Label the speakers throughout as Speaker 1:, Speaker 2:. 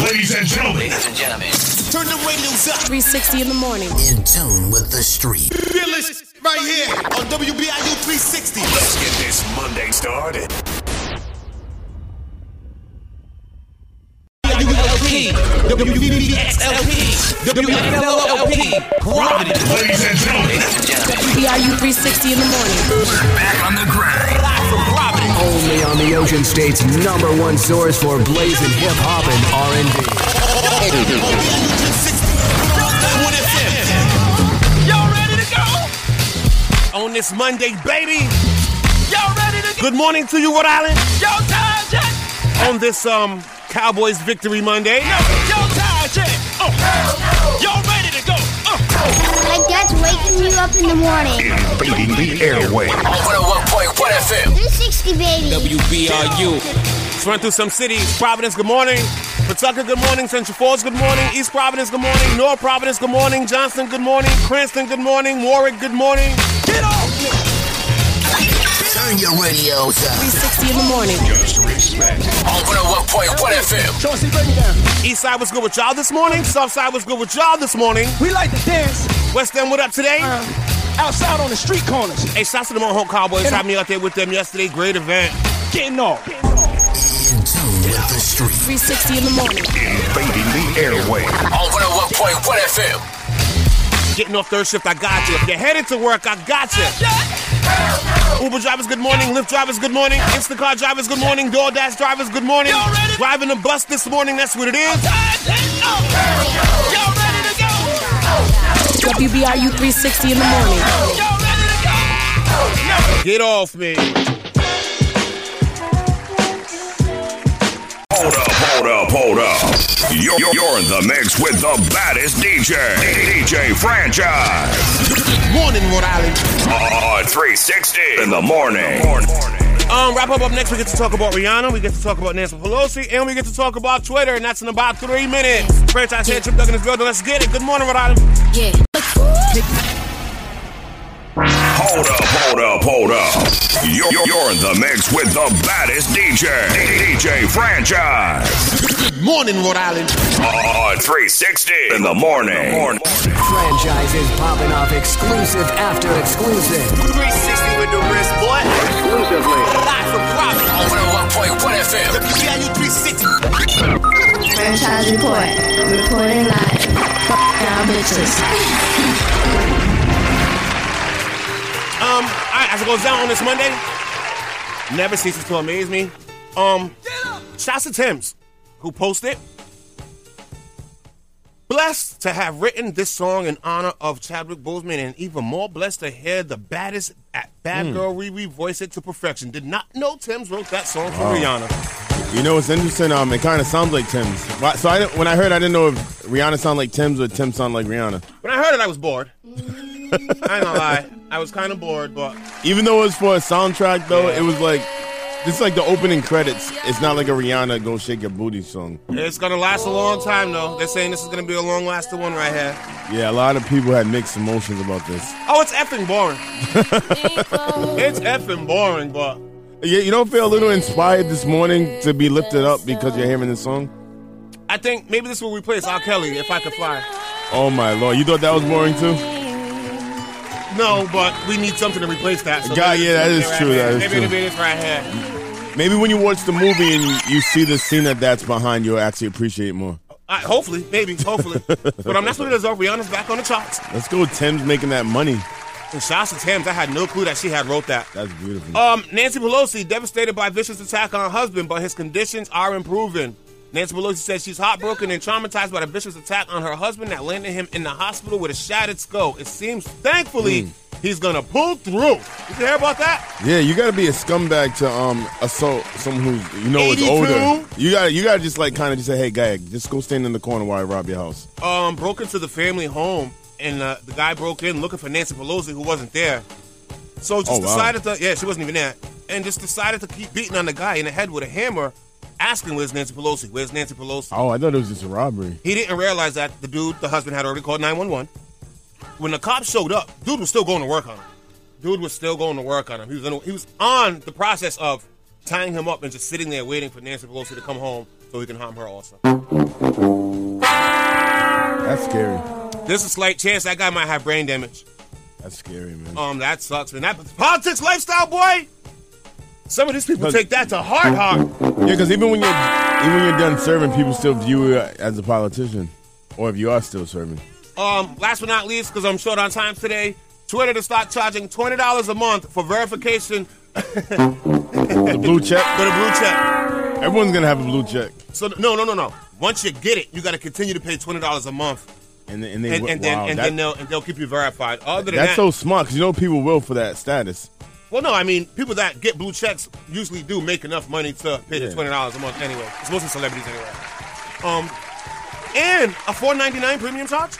Speaker 1: Ladies and gentlemen,
Speaker 2: Ladies and gentlemen,
Speaker 3: 360 in the morning.
Speaker 4: In tune with the street.
Speaker 5: Fearless right here on WBIU 360.
Speaker 1: let's get this Monday started.
Speaker 6: WLP, WVVXLP, WFLLP, Providence.
Speaker 1: Ladies and gentlemen,
Speaker 2: ladies and gentlemen,
Speaker 3: BIU 360 in the morning.
Speaker 2: back on the grind.
Speaker 6: Live from Providence.
Speaker 7: Only on the Ocean State's number one source for blazing hip hop and R&B.
Speaker 6: Y'all ready to go?
Speaker 5: On this Monday, baby.
Speaker 6: Y'all ready to go?
Speaker 5: Good morning to you, Rhode Island.
Speaker 6: Y'all tired yet?
Speaker 5: On this um Cowboys Victory Monday.
Speaker 6: No, y'all tired yet? Uh, y'all ready to go? Uh,
Speaker 8: My dad's waking you up in the morning.
Speaker 1: invading the airway.
Speaker 2: On 101.1 FM.
Speaker 8: 360 baby.
Speaker 6: WBRU.
Speaker 5: Let's run through some cities. Providence, good morning. Pawtucket, good morning. Central Falls, good morning. East Providence, good morning. North Providence, good morning. Johnston, good morning. Cranston, good morning. Warwick, good morning.
Speaker 6: Get off!
Speaker 4: Turn your radios up.
Speaker 3: 360 in the morning.
Speaker 1: Just respect.
Speaker 2: On 101.1 FM.
Speaker 6: Chauncey, bring me down.
Speaker 5: East Side was good with y'all this morning. South Side was good with y'all this morning.
Speaker 6: We like to dance
Speaker 5: West End, what up today?
Speaker 9: um,
Speaker 6: outside on the street corners.
Speaker 5: Hey, shouts to the Mohawk Cowboys. Had me out there with them yesterday. Great event.
Speaker 6: Getting off.
Speaker 4: In tune with the street.
Speaker 3: 360 in the morning.
Speaker 1: Invading the airway.
Speaker 2: On 101.1 FM.
Speaker 5: Getting off third shift, I got you. If you're headed to work, I got you. Uber drivers, good morning. Lyft drivers, good morning. Instacart drivers, good morning. DoorDash drivers, good morning.
Speaker 6: Y'all ready?
Speaker 5: Driving the bus this morning, that's what it is.
Speaker 6: Tired yet? Uh, y'all ready to go?
Speaker 3: WBIU 360 in the morning.
Speaker 6: Y'all ready to go? No.
Speaker 5: Get off me.
Speaker 1: Hold up, hold up, hold up. You're, you're- you're in the mix with the baddest DJ, DJ Franchise.
Speaker 5: Morning, Rhode Island.
Speaker 1: On 360 in the morning.
Speaker 5: Um, wrap up up next. We get to talk about Rihanna. We get to talk about Nancy Pelosi, and we get to talk about Twitter. And that's in about three minutes. Franchise head trip, Doug in this building. Let's get it. Good morning, Rhode Island.
Speaker 1: Hold up, hold up, hold up. You're, you're- you're in the mix with the baddest DJ, DJ Franchise.
Speaker 5: Morning, Rhode Island.
Speaker 1: On 360 in the morning.
Speaker 7: Franchises popping off exclusive after exclusive.
Speaker 6: 360 with the wrist, boy.
Speaker 7: Exclusively.
Speaker 6: Live from
Speaker 2: On
Speaker 6: Providence.
Speaker 2: 101.1 FM.
Speaker 6: WBIU 360.
Speaker 8: Franchise report. Reporting live. Fuck y'all bitches.
Speaker 5: Um, all right, as it goes down on this Monday, never ceases to amaze me. Um, shouts to Tim's, who posted. Blessed to have written this song in honor of Chadwick Boseman, and even more blessed to hear the baddest at bad girl Riri voice it to perfection. Did not know Tim's wrote that song for Rihanna.
Speaker 10: You know, it's interesting. Um, it kind of sounds like Tim's. Why- So I didn't- when I heard, I didn't know if Rihanna sounded like Tim's or Tim sounded like Rihanna.
Speaker 5: When I heard it, I was bored. I ain't gonna lie, I was kind of bored, but
Speaker 10: Even though it was for a soundtrack, though, it was like this is like the opening credits. It's not like a Rihanna "Go Shake Your Booty" song.
Speaker 5: it's gonna last a long time though. They're saying this is gonna be a long-lasting one right here.
Speaker 10: Yeah, a lot of people had mixed emotions about this.
Speaker 5: Oh, it's effing boring. it's effing boring, but
Speaker 10: Yeah, you don't feel a little inspired this morning to be lifted up because you're hearing this song?
Speaker 5: I think maybe this will replace R. Kelly if I could fly.
Speaker 10: Oh my lord, you thought that was boring too?
Speaker 5: No, but we need something to replace that. So
Speaker 10: God,
Speaker 5: maybe
Speaker 10: yeah,
Speaker 5: it's
Speaker 10: that
Speaker 5: gonna
Speaker 10: is
Speaker 5: be right
Speaker 10: true,
Speaker 5: here.
Speaker 10: that is
Speaker 5: maybe
Speaker 10: true.
Speaker 5: it'll be this right here.
Speaker 10: Maybe when you watch the movie and you, you see the scene that that's behind, you'll actually appreciate it more.
Speaker 5: I, hopefully, maybe, hopefully. but um, that's what it is. Though. Rihanna's back on the charts.
Speaker 10: Let's go, Tim's making that money.
Speaker 5: And shouts to Thames. I had no clue that she had wrote that.
Speaker 10: That's beautiful.
Speaker 5: Um, Nancy Pelosi devastated by vicious attack on her husband, but his conditions are improving. Nancy Pelosi says she's heartbroken and traumatized by the vicious attack on her husband that landed him in the hospital with a shattered skull. It seems,
Speaker 10: Mm.
Speaker 5: thankfully, he's gonna pull through. Did you hear about that?
Speaker 10: Yeah, you gotta be a scumbag to um assault someone who's you know is
Speaker 5: 82?
Speaker 10: older. You gotta you gotta just like kind of just say, hey guy, just go stand in the corner while I rob your house.
Speaker 5: Um, broke into the family home, and uh, the guy broke in looking for Nancy Pelosi, who wasn't there. So just
Speaker 10: Oh, wow.
Speaker 5: decided to, yeah, she wasn't even there, and just decided to keep beating on the guy in the head with a hammer, asking, "Where's Nancy Pelosi? Where's Nancy Pelosi?"
Speaker 10: Oh, I thought it was just a robbery.
Speaker 5: He didn't realize that the dude, the husband, had already called 911. When the cops showed up, dude was still going to work on him. Dude was still going to work on him. He was in, he was on the process of tying him up and just sitting there waiting for Nancy Pelosi to come home so he can harm her also.
Speaker 10: That's scary.
Speaker 5: There's a slight chance that guy might have brain damage.
Speaker 10: That's scary, man.
Speaker 5: Um, that sucks, man. That politics lifestyle, boy. Some of these people take that to heart, heart.
Speaker 10: Yeah, because even when you're even when you're done serving, people still view you as a politician, or if you are still serving.
Speaker 5: Um, last but not least, because I'm short on time today, Twitter to start charging twenty dollars a month for verification
Speaker 10: The blue check.
Speaker 5: for the blue check.
Speaker 10: Everyone's gonna have a blue check,
Speaker 5: So no, no, no, no. Once you get it, you got to continue to pay twenty dollars a month,
Speaker 10: and then- and they
Speaker 5: and, and then
Speaker 10: wow,
Speaker 5: and
Speaker 10: that-
Speaker 5: then they'll and they'll keep you verified. Other than
Speaker 10: that's
Speaker 5: that,
Speaker 10: so smart because you know people will for that status.
Speaker 5: well, no, I mean people that get blue checks usually do make enough money to pay the
Speaker 10: Yeah.
Speaker 5: twenty dollars a month anyway. It's mostly celebrities anyway. Um, and a four ninety nine premium charge.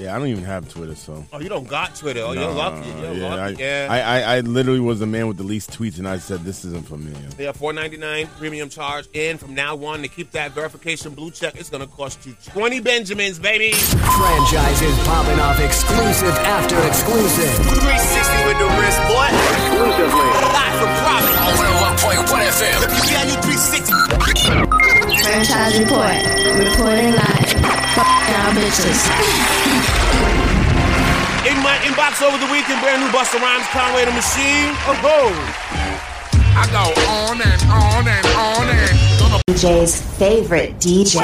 Speaker 10: Yeah, I don't even have Twitter, so.
Speaker 5: Oh, you don't got Twitter. Oh, you're lucky. You're
Speaker 10: yeah, I,
Speaker 5: lucky. yeah.
Speaker 10: I, I, I literally was the man with the least tweets, and I said this isn't for me.
Speaker 5: They have four ninety nine premium charge, and from now on, to keep that verification blue check, it's gonna cost you twenty Benjamins, baby.
Speaker 7: Franchises popping off exclusive after exclusive.
Speaker 2: 360 with the wrist, boy.
Speaker 7: Exclusively.
Speaker 2: Live for profit on 101.1 FM. WBIU 360.
Speaker 8: Franchise report. Reporting live. Fucking our bitches.
Speaker 5: In my inbox over the weekend, brand new Busta Rhymes, Conway the Machine. Oh ho!
Speaker 2: I go on and on and on and.
Speaker 11: DJ's favorite DJ.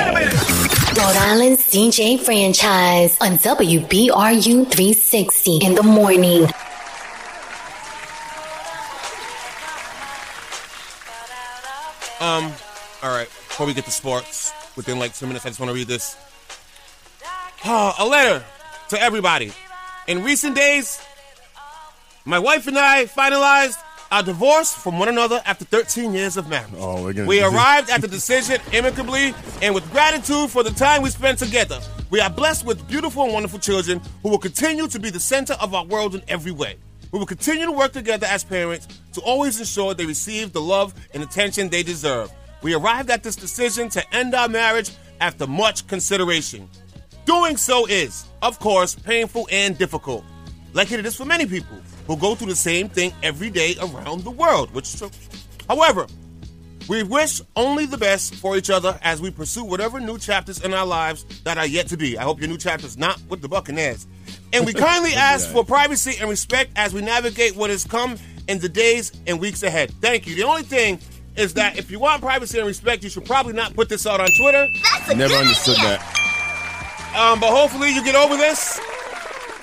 Speaker 11: Rhode Island's DJ franchise on WBRU 360 in the morning.
Speaker 5: Um, all right. Before we get to sports, within like two minutes, I just want to read this. Ah, a letter to everybody. In recent days, my wife and I finalized our divorce from one another after 13 years of marriage.
Speaker 10: Oh, we're gonna-
Speaker 5: we arrived at the decision amicably and with gratitude for the time we spent together. We are blessed with beautiful and wonderful children who will continue to be the center of our world in every way. We will continue to work together as parents to always ensure they receive the love and attention they deserve. We arrived at this decision to end our marriage after much consideration. Doing so is, of course, painful and difficult. Like it is for many people who go through the same thing every day around the world, which is true. However, we wish only the best for each other as we pursue whatever new chapters in our lives that are yet to be. I hope your new chapter is not with the Buccaneers. And we kindly ask for privacy and respect as we navigate what has come in the days and weeks ahead. Thank you. The only thing is that if you want privacy and respect, you should probably not put this out on Twitter.
Speaker 10: Never understood that.
Speaker 5: Um, but hopefully you get over this.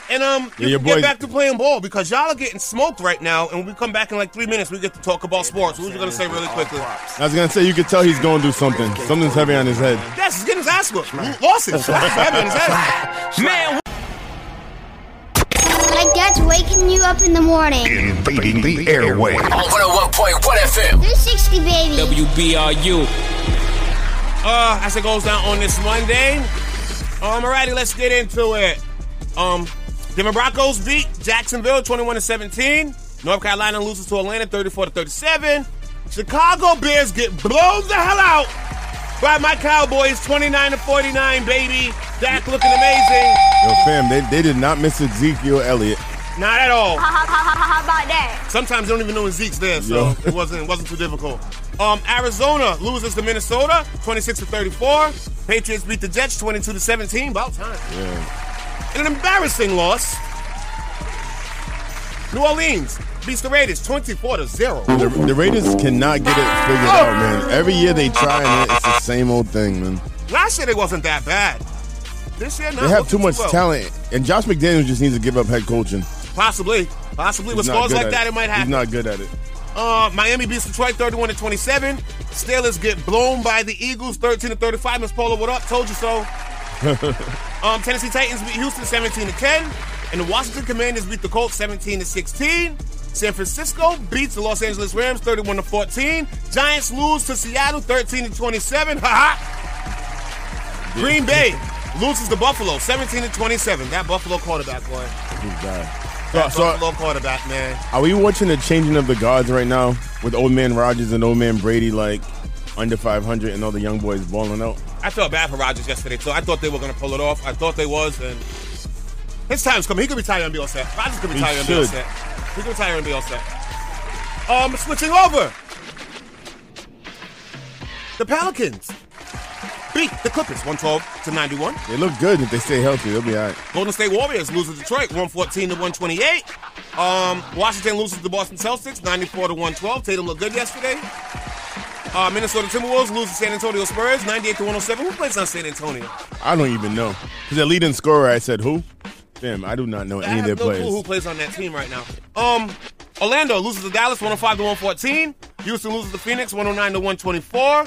Speaker 5: And um, you
Speaker 10: Yeah, your
Speaker 5: can get
Speaker 10: boy-
Speaker 5: back to playing ball because y'all are getting smoked right now. And when we come back in like three minutes, we get to talk about sports. What was you gonna say really quickly?
Speaker 10: I was gonna say you could tell he's going to do something. Something's heavy on his head.
Speaker 5: Yes, he's getting his ass whooped. Losses. That's heavy on his ass.
Speaker 8: I got waking you up in the morning.
Speaker 1: Invading the airway.
Speaker 2: On 101.1 FM.
Speaker 8: 360 baby.
Speaker 6: WBRU.
Speaker 5: Uh, as it goes down on this Monday. Um, alrighty, let's get into it. Um, Denver Broncos beat Jacksonville 21 to 17. North Carolina loses to Atlanta 34 to 37. Chicago Bears get blown the hell out by my Cowboys 29 to 49, baby. Dak looking amazing.
Speaker 10: Yo, fam, they, they did not miss Ezekiel Elliott.
Speaker 5: Not at all.
Speaker 8: How about that?
Speaker 5: Sometimes they don't even know when Zeke's there, so
Speaker 10: Yeah.
Speaker 5: it wasn't it wasn't too difficult. Um, Arizona loses to Minnesota 26 to 34. Patriots beat the Jets 22 to 17. About time.
Speaker 10: Yeah.
Speaker 5: In an embarrassing loss, New Orleans beats the Raiders 24 to 0.
Speaker 10: The, the Raiders cannot get it figured out, man. Every year they try and it- it's the same old thing, man.
Speaker 5: Last year they wasn't that bad. This year, not
Speaker 10: They have
Speaker 5: looking
Speaker 10: too much
Speaker 5: well.
Speaker 10: talent, and Josh McDaniels just needs to give up head coaching.
Speaker 5: Possibly, possibly with
Speaker 10: He's not
Speaker 5: scores
Speaker 10: good
Speaker 5: like
Speaker 10: at
Speaker 5: that, it might happen.
Speaker 10: He's not good at it.
Speaker 5: Uh, Miami beats Detroit 31 to 27. Steelers get blown by the Eagles 13 to 35. Miss Polo, what up? Told you so. um, Tennessee Titans beat Houston 17 to 10. And the Washington Commanders beat the Colts 17 to 16. San Francisco beats the Los Angeles Rams 31 to 14. Giants lose to Seattle 13 to 27. Ha ha. Green Bay loses to Buffalo 17 to 27. That Buffalo quarterback, boy.
Speaker 10: He's bad.
Speaker 5: That
Speaker 10: Uh, So, so
Speaker 5: Buffalo quarterback, man.
Speaker 10: are we watching the changing of the guards right now with old man Rogers and old man Brady like under 500 and all the young boys balling out?
Speaker 5: I felt bad for Rodgers yesterday, so I thought they were going to pull it off. I thought they was, and his time's coming. He could retire and be all set. Rodgers could retire and be all
Speaker 10: should.
Speaker 5: set. He could retire and be all set. Um, switching over. The Pelicans beat the Clippers 112 to 91.
Speaker 10: They look good if they stay healthy. They'll be all right.
Speaker 5: Golden State Warriors lose to Detroit 114 to 128. Um, Washington loses to Boston Celtics 94 to 112. Tatum looked good yesterday. Uh, Minnesota Timberwolves lose to San Antonio Spurs 98 to 107. Who plays on San Antonio?
Speaker 10: I don't even know. Because their leading scorer, I said, who? Damn, I do not know
Speaker 5: I
Speaker 10: any
Speaker 5: have
Speaker 10: of their
Speaker 5: no
Speaker 10: players.
Speaker 5: clue who plays on that team right now. Um, Orlando loses to Dallas 105 to 114. Houston loses to Phoenix 109 to 124.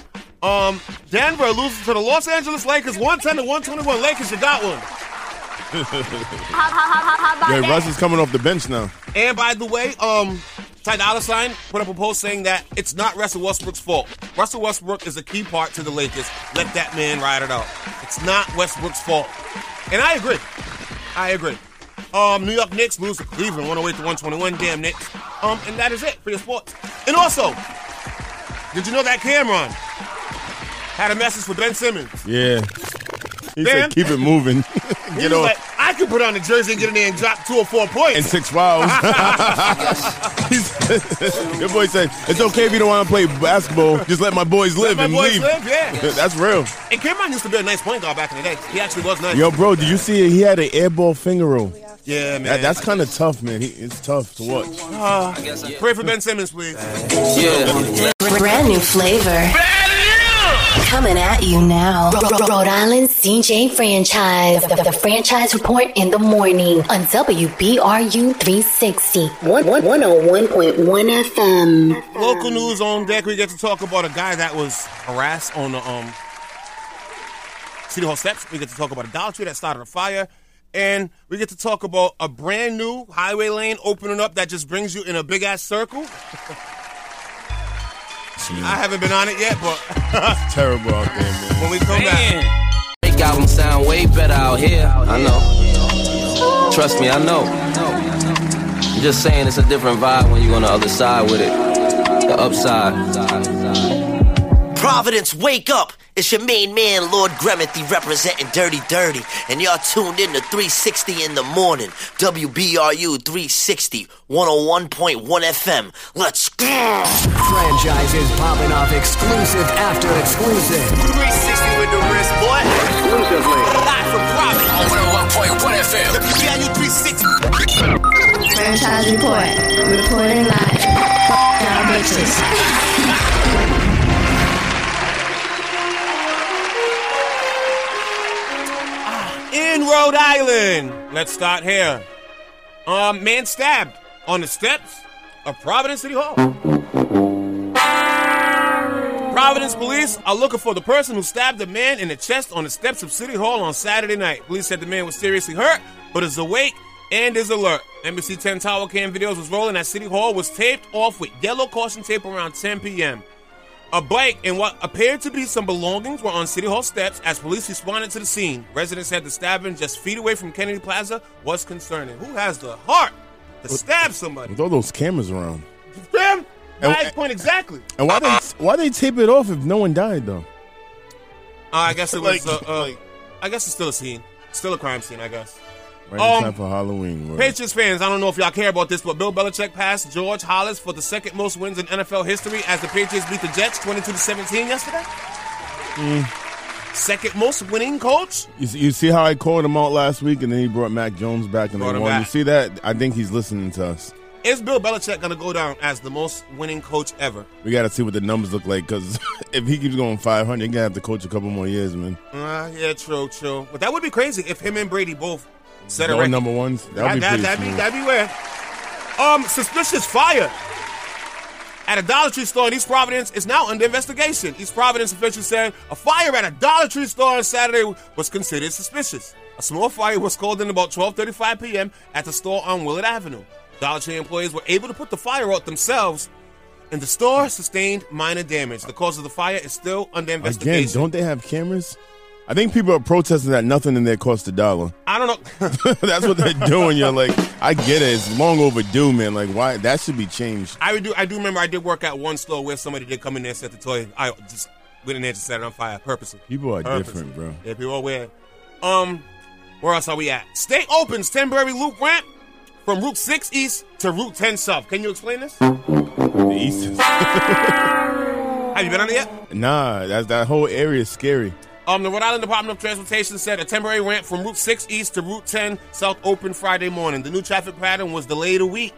Speaker 5: Um, Denver loses to the Los Angeles Lakers 110 to 121. Lakers, you got one.
Speaker 10: Yeah, Russ is coming off the bench now.
Speaker 5: And by the way, um, Ty Dolla Sign put up a post saying that it's not Russell Westbrook's fault. Russell Westbrook is a key part to the Lakers. Let that man ride it out. It's not Westbrook's fault. And I agree. I agree. Um, New York Knicks lose to Cleveland 108 to 121. Damn Knicks. Um, and that is it for your sports. And also, did you know that Cameron had a message for Ben Simmons?
Speaker 10: Yeah. He
Speaker 5: Damn.
Speaker 10: said, keep it moving.
Speaker 5: He
Speaker 10: Get
Speaker 5: was
Speaker 10: off.
Speaker 5: like, I could put on a jersey and get in there and drop two or four points.
Speaker 10: and six fouls. Your boy said, it's okay if you don't want to play basketball. Just let my boys live
Speaker 5: my
Speaker 10: and
Speaker 5: boys
Speaker 10: leave.
Speaker 5: live, yeah.
Speaker 10: That's real.
Speaker 5: And Cameron used to be a nice point guard back in the day. He actually was nice.
Speaker 10: Yo, bro, did you see he had an airball finger roll?
Speaker 5: Yeah, man.
Speaker 10: That, that's kind of tough, man. He, it's tough to watch.
Speaker 5: Uh, pray for Ben Simmons, please.
Speaker 11: Brand new flavor. Coming at you now. Ro- Ro- Rhode Island's DJ franchise. The, the franchise report in the morning on WBRU 360. One- one- 101.1 FM.
Speaker 5: Local news on deck. We get to talk about a guy that was harassed on the um, City Hall steps. We get to talk about a Dollar Tree that started a fire. And we get to talk about a brand new highway lane opening up that just brings you in a big ass circle. I haven't been on it yet, but
Speaker 10: terrible out there, man.
Speaker 5: When we come back,
Speaker 12: Break album sound way better out here. I know. Trust me, I know. I'm just saying it's a different vibe when you're on the other side with it. The upside.
Speaker 13: Providence, wake up! It's your main man, Lord Gremethy, representing Dirty Dirty, and y'all tuned in to 360 in the morning. WBRU 360, 101.1 FM. Let's go!
Speaker 7: Franchises popping off exclusive after exclusive.
Speaker 2: 360 with the wrist, boy.
Speaker 7: Exclusively.
Speaker 2: Live from Providence on 101.1 FM. WBIU 360.
Speaker 8: Franchise report. Reporting live. Y'all bitches.
Speaker 5: in Rhode Island. Let's start here. Um, man stabbed on the steps of Providence City Hall. Providence police are looking for the person who stabbed the man in the chest on the steps of City Hall on Saturday night. Police said the man was seriously hurt, but is awake and is alert. NBC 10 Tower Cam videos was rolling at City Hall was taped off with yellow caution tape around 10 p.m. A bike and what appeared to be some belongings were on City Hall steps as police responded to the scene. Residents said the stabbing just feet away from Kennedy Plaza was concerning. Who has the heart to stab somebody?
Speaker 10: With all those cameras around.
Speaker 5: Bam!
Speaker 10: And-
Speaker 5: Right point exactly.
Speaker 10: And why they why they tape it off if no one died though?
Speaker 5: Uh, I guess it was.
Speaker 10: Like-
Speaker 5: uh, uh, I guess it's still a scene, still a crime scene. I guess.
Speaker 10: Right in
Speaker 5: Um,
Speaker 10: time for Halloween. bro.
Speaker 5: Patriots fans, I don't know if y'all care about this, but Bill Belichick passed George Hollis for the second most wins in NFL history as the Patriots beat the Jets 22 to 17 yesterday.
Speaker 10: Mm.
Speaker 5: Second most winning coach.
Speaker 10: You, see- you see how I called him out last week, and then he brought Mac Jones back, and
Speaker 5: Brought
Speaker 10: they
Speaker 5: him
Speaker 10: won. You
Speaker 5: back.
Speaker 10: see that? I think he's listening to us.
Speaker 5: Is Bill Belichick gonna go down as the most winning coach ever?
Speaker 10: We got to see what the numbers look like, because if he keeps going 500, he's gonna have to coach a couple more years, man.
Speaker 5: Uh, yeah, true, true. But that would be crazy if him and Brady both set a
Speaker 10: Going
Speaker 5: record.
Speaker 10: number ones. That'd be
Speaker 5: that,
Speaker 10: pretty
Speaker 5: that'd, be,
Speaker 10: smooth.
Speaker 5: that'd be where. Um, suspicious fire at a Dollar Tree store in East Providence is now under investigation. East Providence officials said a fire at a Dollar Tree store on Saturday was considered suspicious. A small fire was called in about 12:35 p.m. at the store on Willard Avenue. Dollar Tree employees were able to put the fire out themselves, and the store sustained minor damage. The cause of the fire is still under investigation.
Speaker 10: Again, don't they have cameras? I think people are protesting that nothing in there costs a dollar.
Speaker 5: I don't know.
Speaker 10: That's what they're doing. You're like, I get it. It's long overdue, man. Like, why? That should be changed.
Speaker 5: I do. I do remember I did work at one store where somebody did come in there and set the toilet. I just went in there and just set it on fire purposely.
Speaker 10: People are
Speaker 5: Purposely.
Speaker 10: different, bro.
Speaker 5: Yeah, people are weird. Um, where else are we at? State opens temporary loop ramp from Route Six East to Route Ten South. Can you explain this?
Speaker 10: The East.
Speaker 5: Have you been on it yet?
Speaker 10: Nah, that that whole area is scary.
Speaker 5: Um, the Rhode Island Department of Transportation said a temporary ramp from Route 6 East to Route 10 South opened Friday morning. The new traffic pattern was delayed a week.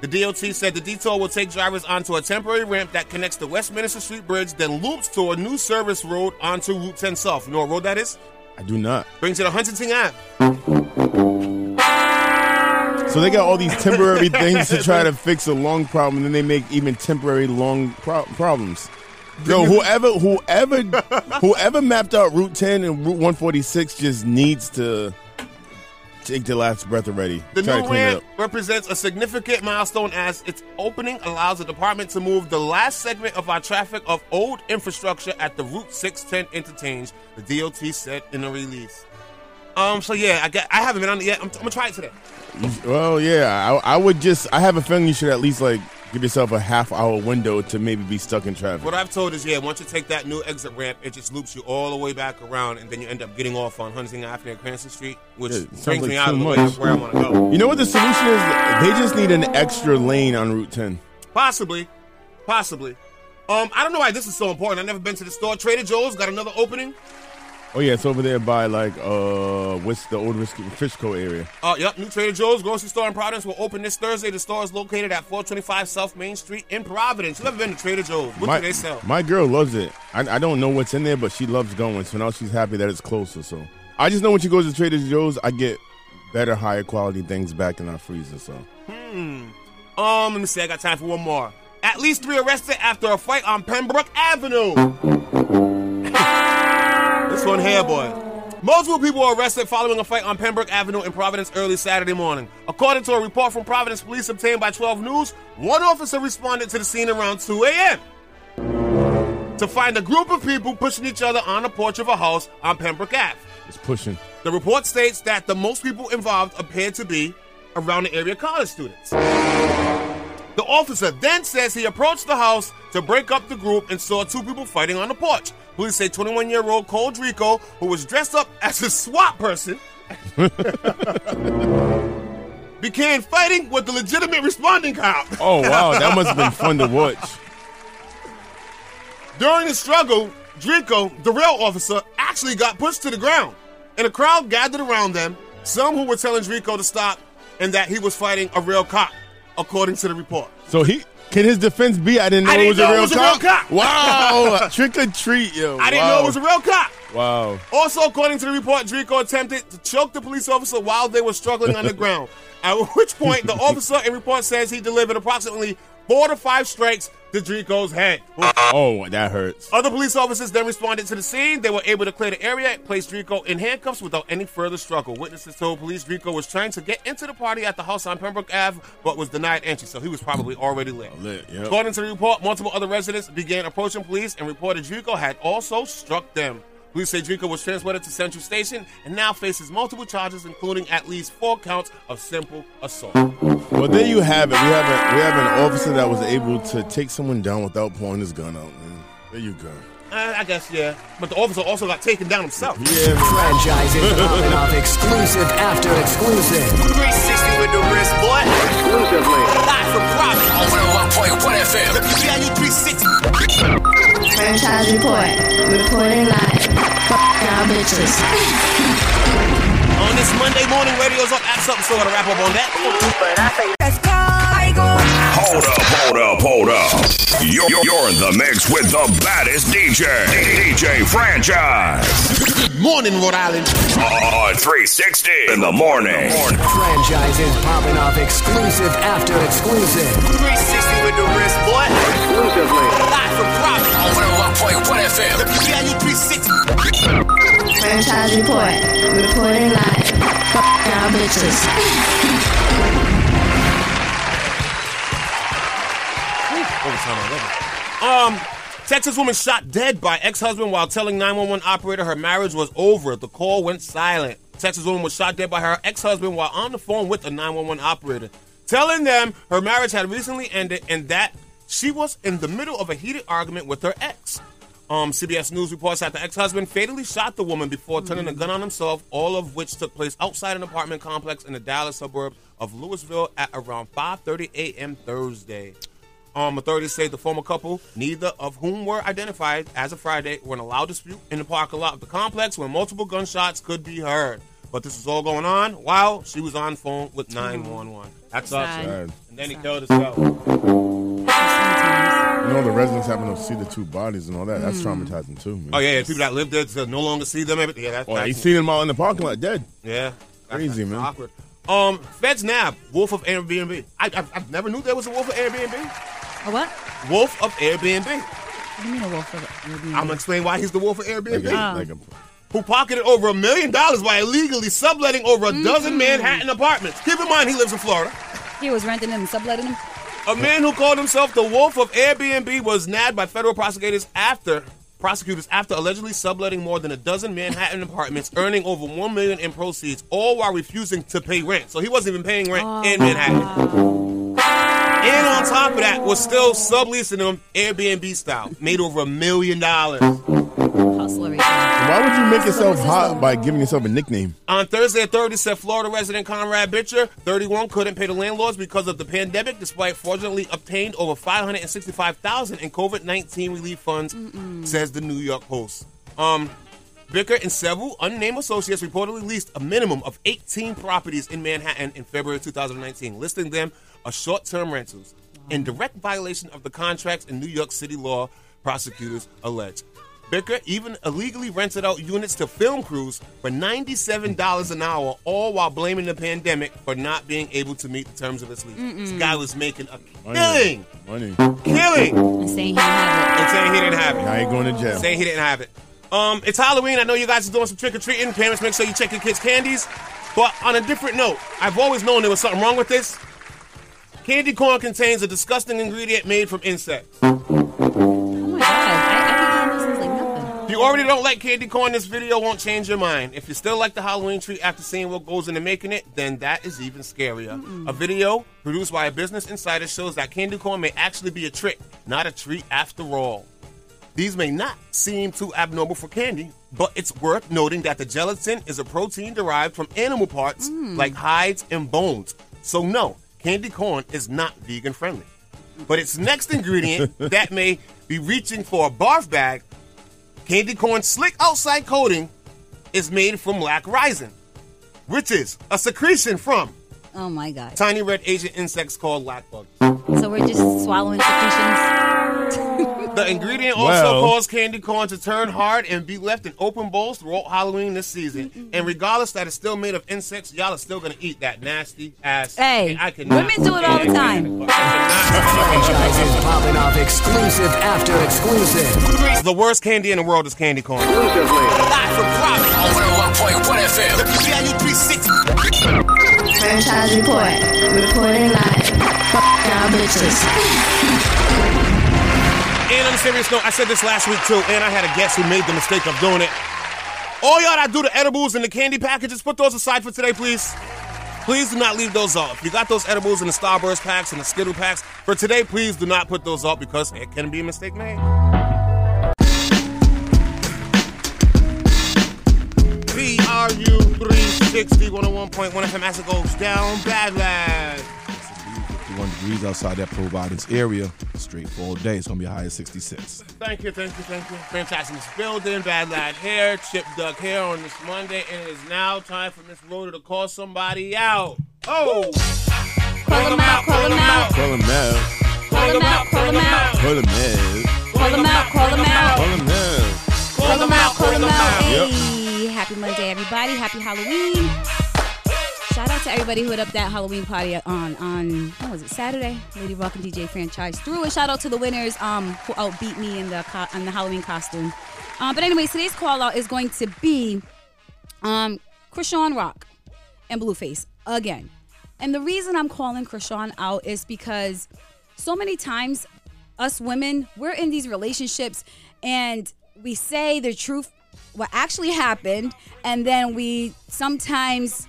Speaker 5: The DOT said the detour will take drivers onto a temporary ramp that connects the Westminster Street Bridge, then loops to a new service road onto Route 10 South. You know what road that is?
Speaker 10: I do not.
Speaker 5: Brings it to Huntington Ave.
Speaker 10: So they got all these temporary things to try to fix a long problem, and then they make even temporary long pro- problems. Yo, whoever, whoever, whoever mapped out Route 10 and Route 146 just needs to take their last breath already.
Speaker 5: The
Speaker 10: Try to
Speaker 5: new
Speaker 10: clean it
Speaker 5: ramp
Speaker 10: up.
Speaker 5: represents a significant milestone as its opening allows the department to move the last segment of our traffic of old infrastructure at the Route 610 interchange, the DOT said in a release. Um, so yeah, I get, I haven't been on it yet. I'm, I'm gonna try it today.
Speaker 10: You- Well, yeah, I, I would just. I have a feeling you should at least like give yourself a half hour window to maybe be stuck in traffic.
Speaker 5: What I've told is, yeah, once you take that new exit ramp, it just loops you all the way back around, and then you end up getting off on Huntington Avenue and Cranston Street, which
Speaker 10: Yeah, it sounds
Speaker 5: brings
Speaker 10: like
Speaker 5: me out
Speaker 10: too
Speaker 5: of the way
Speaker 10: much.
Speaker 5: of where I want to go.
Speaker 10: You know what the solution is? They just need an extra lane on Route 10.
Speaker 5: Possibly. Possibly. Um, I don't know why this is so important. I've never been to the store. Trader Joe's got another opening.
Speaker 10: Oh yeah, it's over there by like uh, what's the old Whis- Fishco area?
Speaker 5: Uh, yep, new Trader Joe's grocery store in Providence will open this Thursday. The store is located at 425 South Main Street in Providence. You've never been to Trader Joe's. What
Speaker 10: my,
Speaker 5: do they sell?
Speaker 10: my girl loves it. I, I don't know what's in there, but she loves going. So now she's happy that it's closer. So I just know when she goes to Trader Joe's, I get better, higher quality things back in our freezer. So
Speaker 5: Hmm. Um, let me see. I got time for one more. At least three arrested after a fight on Pembroke Avenue. this one here, boy. Multiple people were arrested following a fight on Pembroke Avenue in Providence early Saturday morning. According to a report from Providence police obtained by 12 News, one officer responded to the scene around 2 a.m. to find a group of people pushing each other on the porch of a house on Pembroke Ave.
Speaker 10: it's pushing.
Speaker 5: The report states that the most people involved appeared to be around the area college students. The officer then says he approached the house to break up the group and saw two people fighting on the porch. Police say 21 year old Cole Drico, who was dressed up as a SWAT person, began fighting with the legitimate responding cop.
Speaker 10: Oh wow, that must have been fun to watch.
Speaker 5: During the struggle, Drinko, the rail officer, actually got pushed to the ground, and a crowd gathered around them, some who were telling Drinko to stop and that he was fighting a real cop, according to the report.
Speaker 10: So he can his defense be? I didn't know
Speaker 5: I
Speaker 10: it
Speaker 5: didn't
Speaker 10: was
Speaker 5: know
Speaker 10: a
Speaker 5: it
Speaker 10: real
Speaker 5: was a real
Speaker 10: cop.
Speaker 5: cop.
Speaker 10: Wow, trick or treat, yo.
Speaker 5: I didn't
Speaker 10: wow.
Speaker 5: know it was a real cop.
Speaker 10: Wow.
Speaker 5: Also, according to the report, Drico attempted to choke the police officer while they were struggling on the ground. At which point, the officer in report says he delivered approximately four to five strikes to Drico's head.
Speaker 10: Oh, that hurts.
Speaker 5: Other police officers then responded to the scene. They were able to clear the area and place Drico in handcuffs without any further struggle. Witnesses told police Drico was trying to get into the party at the house on Pembroke Ave, but was denied entry, so he was probably already lit.
Speaker 10: Lit, yep.
Speaker 5: According to the report, multiple other residents began approaching police and reported Drico had also struck them. Police say Drico was transported to Central Station and now faces multiple charges, including at least four counts of simple assault. Uh,
Speaker 10: Well, there you have it. We have a, we have an officer that was able to take someone down without pulling his gun out. Man. There you go.
Speaker 5: Uh, I guess, yeah. But the officer also got taken down himself.
Speaker 10: Yeah,
Speaker 7: Franchises popping off exclusive after exclusive.
Speaker 2: 360 with the wrist, boy.
Speaker 7: Exclusively.
Speaker 2: Live from Providence on 101.1 FM. WBIU 360.
Speaker 8: Franchise report. Reporting live. F***ing our bitches.
Speaker 5: On this Monday morning, radio's up. Add something, so I gotta wrap up on that.
Speaker 1: Hold up, hold up, hold up. You're, you're- you're in the mix with the baddest DJ, DJ Franchise.
Speaker 5: Good morning, Rhode Island.
Speaker 1: On 360 in the morning.
Speaker 7: Franchises popping off exclusive after exclusive.
Speaker 2: 360 with the wrist, boy.
Speaker 7: Exclusively.
Speaker 2: Live from Providence on 101.1 FM. WBIU 360.
Speaker 8: Franchise report. Reporting live. F***ing our bitches.
Speaker 5: Overtime already. Um, Texas woman shot dead by ex-husband while telling 911 operator her marriage was over. The call went silent. Texas woman was shot dead by her ex-husband while on the phone with a 911 operator, telling them her marriage had recently ended and that she was in the middle of a heated argument with her ex. Um, CBS News reports that the ex-husband fatally shot the woman before turning a gun on himself, all of which took place outside an apartment complex in the Dallas suburb of Louisville at around 5:30 a.m. Thursday. Um, authorities say the former couple, neither of whom were identified as of Friday, were in a loud dispute in the parking lot of the complex where multiple gunshots could be heard. But this was all going on while she was on phone with 911. That sucks.
Speaker 10: Sad. Sad.
Speaker 5: And then he killed himself.
Speaker 10: You know, the residents happen to see the two bodies and all that. That's
Speaker 5: Mm.
Speaker 10: traumatizing too. Man.
Speaker 5: Oh, yeah, yeah, people that live there to no longer see them. every- Yeah, that's,
Speaker 10: Well, you
Speaker 5: that's
Speaker 10: seen them all in the parking lot dead.
Speaker 5: Yeah.
Speaker 10: Crazy, man.
Speaker 5: awkward. Um, Feds Nab, Wolf of Airbnb. I, I, I never knew there was a Wolf of Airbnb.
Speaker 14: A what?
Speaker 5: Wolf of Airbnb.
Speaker 14: What do you mean a wolf of Airbnb?
Speaker 5: I'm gonna explain why he's the wolf of Airbnb.
Speaker 14: Like a- like
Speaker 5: who pocketed over a million dollars by illegally subletting over a dozen Manhattan apartments. Keep in mind, he lives in Florida.
Speaker 14: He was renting them, subletting them.
Speaker 5: A man who called himself the Wolf of Airbnb was nabbed by federal prosecutors after prosecutors after allegedly subletting more than a dozen Manhattan apartments, earning over one million in proceeds, all while refusing to pay rent. So he wasn't even paying rent in Manhattan. And on top of that, was still subleasing them Airbnb style, made over a million dollars.
Speaker 10: Why would you make yourself hot by giving yourself a nickname?
Speaker 5: On Thursday, authorities said Florida resident Conrad Bitcher, 31, couldn't pay the landlords because of the pandemic, despite fraudulently obtained over 565000 in COVID 19 relief funds, says the New York Post. Um, Bicker and several unnamed associates reportedly leased a minimum of 18 properties in Manhattan in February 2019, listing them as short term rentals, in direct violation of the contracts and New York City law, prosecutors allege. Bicker even illegally rented out units to film crews for $97 an hour, all while blaming the pandemic for not being able to meet the terms of its lease.
Speaker 14: Mm-mm.
Speaker 5: This guy was making a
Speaker 10: Money.
Speaker 5: killing,
Speaker 10: Money.
Speaker 5: killing.
Speaker 14: And saying he had
Speaker 5: And saying he didn't have it.
Speaker 10: Now you're going to jail.
Speaker 5: Saying he didn't have it. Um, it's Halloween. I know you guys are doing some trick or treating. Parents, make sure you check your kids' candies. But on a different note, I've always known there was something wrong with this. Candy corn contains a disgusting ingredient made from insects.
Speaker 14: Oh
Speaker 5: If you already don't like candy corn, this video won't change your mind. If you still like the Halloween treat after seeing what goes into making it, then that is even scarier. A video produced by a business insider shows that candy corn may actually be a trick, not a treat after all. These may not seem too abnormal for candy, but it's worth noting that the gelatin is a protein derived from animal parts like hides and bones. So, no, candy corn is not vegan friendly. But its next ingredient that may be reaching for a barf bag, candy corn slick outside coating, is made from lac ricin, which is a secretion from
Speaker 14: Oh my god.
Speaker 5: tiny red Asian insects called lac bugs.
Speaker 14: So we're just swallowing secretions.
Speaker 5: The ingredient also
Speaker 14: Well-
Speaker 5: caused candy corn to turn hard and be left in open bowls throughout Halloween this season. And regardless that it's still made of insects, y'all are still gonna eat that nasty ass.
Speaker 14: Hey,
Speaker 5: I can
Speaker 14: women do it all the time.
Speaker 7: Franchise is popping off exclusive after exclusive.
Speaker 5: The worst candy in the world is candy corn.
Speaker 2: Live from Providence on 101.1 FM. WBIU 360.
Speaker 8: Franchise report. Reporting live. Fuck y'all bitches.
Speaker 5: And on a serious note, I said this last week too, and I had a guest who made the mistake of doing it. All y'all that do the edibles and the candy packages, put those aside for today, please. Please do not leave those up. If you got those edibles and the Starburst packs and the Skittle packs, for today, please do not put those up because it can be a mistake made. BRU 360 101.1 FM as it goes down, Badlands.
Speaker 9: 51 degrees outside that Providence area. Straight for all day. It's gonna be a high of 66.
Speaker 5: Thank you, thank you, thank you. Fantastic this building, bad lad hair, chip duck hair on this Monday, and it is now time for Miss Rhoda to call somebody out. Oh! Call them out, call them out.
Speaker 10: Pull him out.
Speaker 5: Call them out, call them out.
Speaker 10: Pull him out.
Speaker 14: Call them out, call them out.
Speaker 10: Pull him out.
Speaker 14: Call them out, call them out.
Speaker 10: Yep.
Speaker 14: Hey, happy Monday, everybody. Happy Halloween. Shout out to everybody who hit up that Halloween party on on what was it Saturday? Lady Rock and DJ franchise threw, and shout out to the winners um, who outbeat me in the co- in the Halloween costume. Um, but anyways, today's call out is going to be um, Krishan Rock and Blueface again. And the reason I'm calling Krishan out is because so many times us women, we're in these relationships and we say the truth, what actually happened, and then we sometimes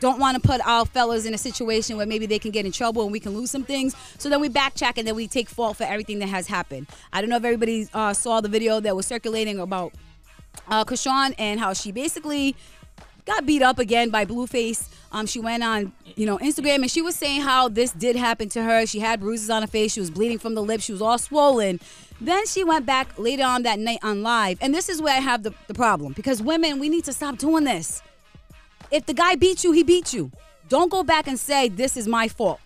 Speaker 14: don't want to put our fellas in a situation where maybe they can get in trouble and we can lose some things. So then we backtrack and then we take fault for everything that has happened. I don't know if everybody uh, saw the video that was circulating about uh, Krishan and how she basically got beat up again by Blueface. Um, she went on, you know, Instagram and she was saying how this did happen to her. She had bruises on her face. She was bleeding from the lips. She was all swollen. Then she went back later on that night on live. And this is where I have the, the problem because women, we need to stop doing this. If the guy beat you, he beat you. Don't go back and say, this is my fault.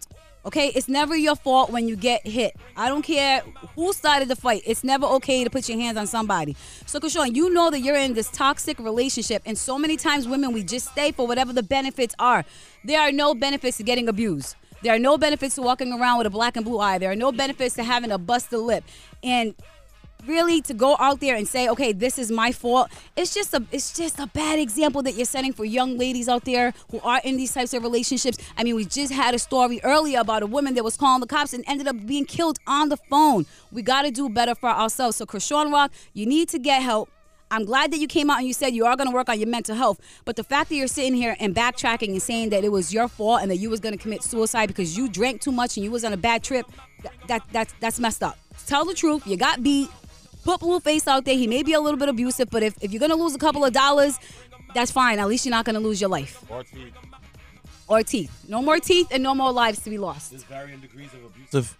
Speaker 14: Okay, it's never your fault when you get hit. I don't care who started the fight. It's never okay to put your hands on somebody. So, Krishan, you know that you're in this toxic relationship, and so many times women we just stay for whatever the benefits are. There are no benefits to getting abused. There are no benefits to walking around with a black and blue eye. There are no benefits to having a busted lip. And really to go out there and say okay this is my fault it's just a it's just a bad example that you're setting for young ladies out there who are in these types of relationships i mean we just had a story earlier about a woman that was calling the cops and ended up being killed on the phone we got to do better for ourselves so krishan rock you need to get help I'm glad that you came out and you said you are going to work on your mental health, but the fact that you're sitting here and backtracking and saying that it was your fault and that you was going to commit suicide because you drank too much and you was on a bad trip, that, that that's that's messed up. Tell the truth. You got beat put Blueface out there. He may be a little bit abusive, but if, if you're gonna lose a couple of dollars, that's fine. At least you're not gonna lose your life
Speaker 15: Or teeth.
Speaker 14: or teeth. No more teeth and no more lives to be lost.
Speaker 15: There's varying degrees of abuse.
Speaker 9: Abusive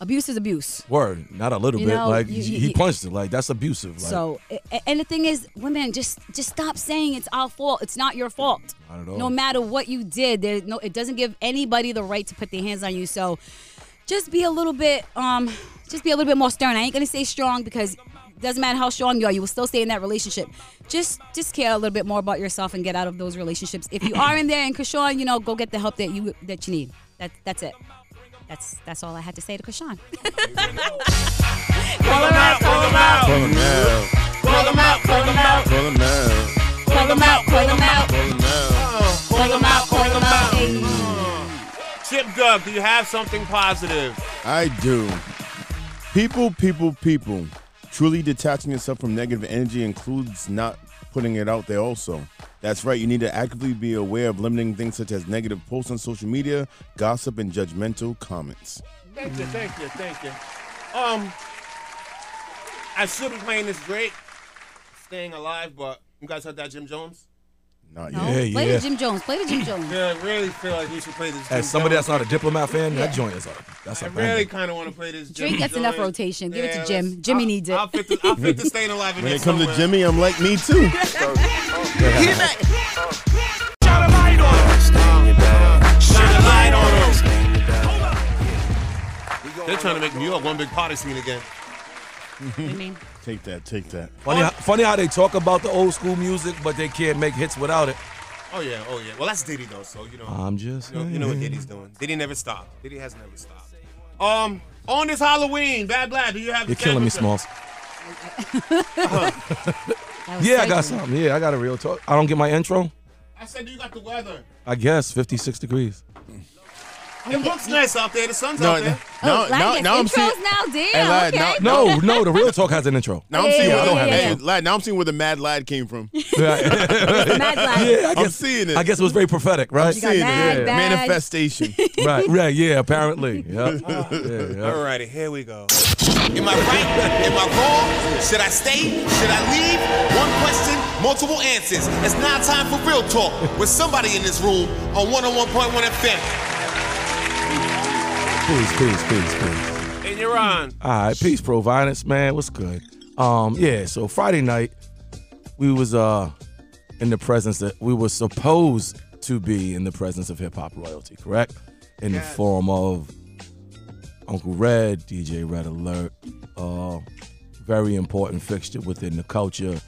Speaker 14: Abuse is abuse.
Speaker 9: word, not a little
Speaker 14: You
Speaker 9: bit.
Speaker 14: know,
Speaker 9: like
Speaker 14: you-
Speaker 9: he-
Speaker 14: you-
Speaker 9: he
Speaker 14: you-
Speaker 9: punched it. Like that's abusive. Like,
Speaker 14: So, a- a- and the thing is, women, just just stop saying it's our fault. It's not your fault.
Speaker 9: I don't know.
Speaker 14: No matter what you did, there no it doesn't give anybody the right to put their hands on you. So just be a little bit um just be a little bit more stern. I ain't gonna say strong because doesn't matter how strong you are, you will still stay in that relationship. Just just care a little bit more about yourself and get out of those relationships. If you are in there and Krishan, you know, go get the help that you that you need. That's that's it. That's that's all I had to say to Krishan.
Speaker 5: Pull him out, pull him out.
Speaker 10: Pull him out.
Speaker 5: Pull him out, pull him out.
Speaker 10: Pull him out.
Speaker 5: Pull him out, pull him out.
Speaker 10: Pull
Speaker 5: Pull
Speaker 10: him out.
Speaker 5: him out, pull him out. Chip Dub, do you have something positive?
Speaker 10: I do. People, people, people. Truly detaching yourself from negative energy includes not putting it out there, also. That's right, you need to actively be aware of limiting things such as negative posts on social media, gossip, and judgmental comments.
Speaker 5: Thank you, thank you, thank you. Um, I should be playing this great, staying alive, but you guys heard that Jim Jones?
Speaker 10: Not
Speaker 14: No,
Speaker 9: yet.
Speaker 14: play
Speaker 9: Yeah, yeah.
Speaker 14: the Jim Jones. Play the Jim Jones.
Speaker 5: Yeah, I really feel like we should play this. Jim
Speaker 9: As somebody
Speaker 5: Jones.
Speaker 9: that's not a diplomat fan,
Speaker 14: Yeah.
Speaker 9: that joint is a that's a
Speaker 5: I
Speaker 9: banger.
Speaker 5: really kind of want to play this. Jim
Speaker 14: Drink gets enough
Speaker 5: Jones.
Speaker 14: rotation. Give it
Speaker 5: Yeah,
Speaker 14: to Jim. Jimmy needs it.
Speaker 5: I'll fit the, I'll fit the staying alive in
Speaker 10: When
Speaker 5: there
Speaker 10: it comes to
Speaker 5: somewhere.
Speaker 10: Jimmy, I'm like me too.
Speaker 5: Shine a light on him. They're trying to make New York one big party scene again.
Speaker 10: take that, take that.
Speaker 9: Funny, how, funny how they talk about the old school music, but they can't make hits without it.
Speaker 5: Oh yeah, oh yeah. Well, that's Diddy though, so you know.
Speaker 9: I'm just
Speaker 5: You know, you know what
Speaker 9: saying.
Speaker 5: Diddy's doing. Diddy never stopped. Diddy has never stopped. Um, on this Halloween, Bad Black, do you have?
Speaker 9: You're killing me,
Speaker 5: something?
Speaker 9: Smalls. Yeah, I got something. Yeah, I got a real talk. I don't get my intro.
Speaker 5: I said you got the weather.
Speaker 9: I guess 56 degrees.
Speaker 5: It looks nice out there. The sun's
Speaker 10: No,
Speaker 5: out there.
Speaker 10: no,
Speaker 14: Oh,
Speaker 10: no,
Speaker 14: Lad gets
Speaker 10: no, I'm
Speaker 14: intros
Speaker 10: seeing.
Speaker 14: now, damn.
Speaker 10: Hey, Lad,
Speaker 14: okay.
Speaker 10: no,
Speaker 9: No, no, the real talk has an intro.
Speaker 10: Now I'm
Speaker 14: Yeah,
Speaker 10: seeing
Speaker 14: yeah,
Speaker 10: where,
Speaker 14: yeah, yeah,
Speaker 10: hey, Lad, now I'm seeing where the mad lad came from.
Speaker 9: yeah,
Speaker 14: Mad Lad.
Speaker 9: I
Speaker 10: I'm
Speaker 9: guess,
Speaker 10: seeing it.
Speaker 9: I guess it was very prophetic, right?
Speaker 14: You got mad,
Speaker 9: yeah.
Speaker 14: bad.
Speaker 10: Manifestation.
Speaker 9: Right, right, yeah, apparently. Yeah.
Speaker 5: All righty, here we go.
Speaker 2: Am I right? Am I wrong? Should I stay? Should I leave? One question, multiple answers. It's now time for real talk with somebody in this room on 101.1 FM.
Speaker 9: Peace, peace, peace, peace.
Speaker 5: And you're on.
Speaker 9: All right, peace, pro violence, man. What's good? Um, yeah. So Friday night, we was uh in the presence that we were supposed to be in the presence of hip hop royalty, correct? In the form of Uncle Red, DJ Red Alert, uh, very important fixture within the culture,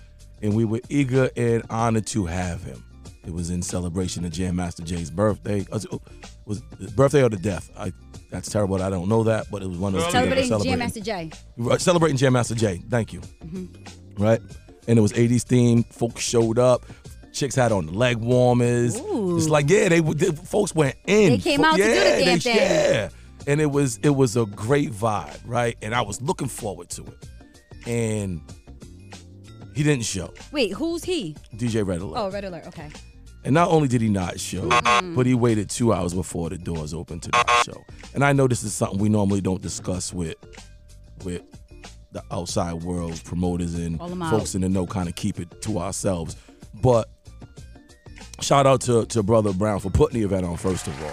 Speaker 9: and we were eager and honored to have him. It was in celebration of Jam Master Jay's birthday. Uh, Was, was it birthday or the death? I, that's terrible. that I don't know that, but it was one of those. two that we're
Speaker 14: Celebrating Jam Master J.
Speaker 9: Right, celebrating Jam Master Jay. Thank you. Right, and it was '80s themed. Folks showed up. Chicks had on leg warmers. It's like yeah, they, they folks went in.
Speaker 14: They came
Speaker 9: Fo-
Speaker 14: out to do the
Speaker 9: yeah,
Speaker 14: damn
Speaker 9: they-
Speaker 14: thing.
Speaker 9: Yeah, and it was it was a great vibe, right? And I was looking forward to it. And he didn't show.
Speaker 14: Wait, who's he?
Speaker 9: DJ Red Alert.
Speaker 14: Oh, red alert. Okay.
Speaker 9: And not only did he not show, but he waited two hours before the doors opened to the show. And I know this is something we normally don't discuss with with the outside world promoters and
Speaker 14: Call 'em
Speaker 9: folks
Speaker 14: out.
Speaker 9: in the know kind of keep it to ourselves. But Shout out to, to Brother Brown for putting the event on, first of all.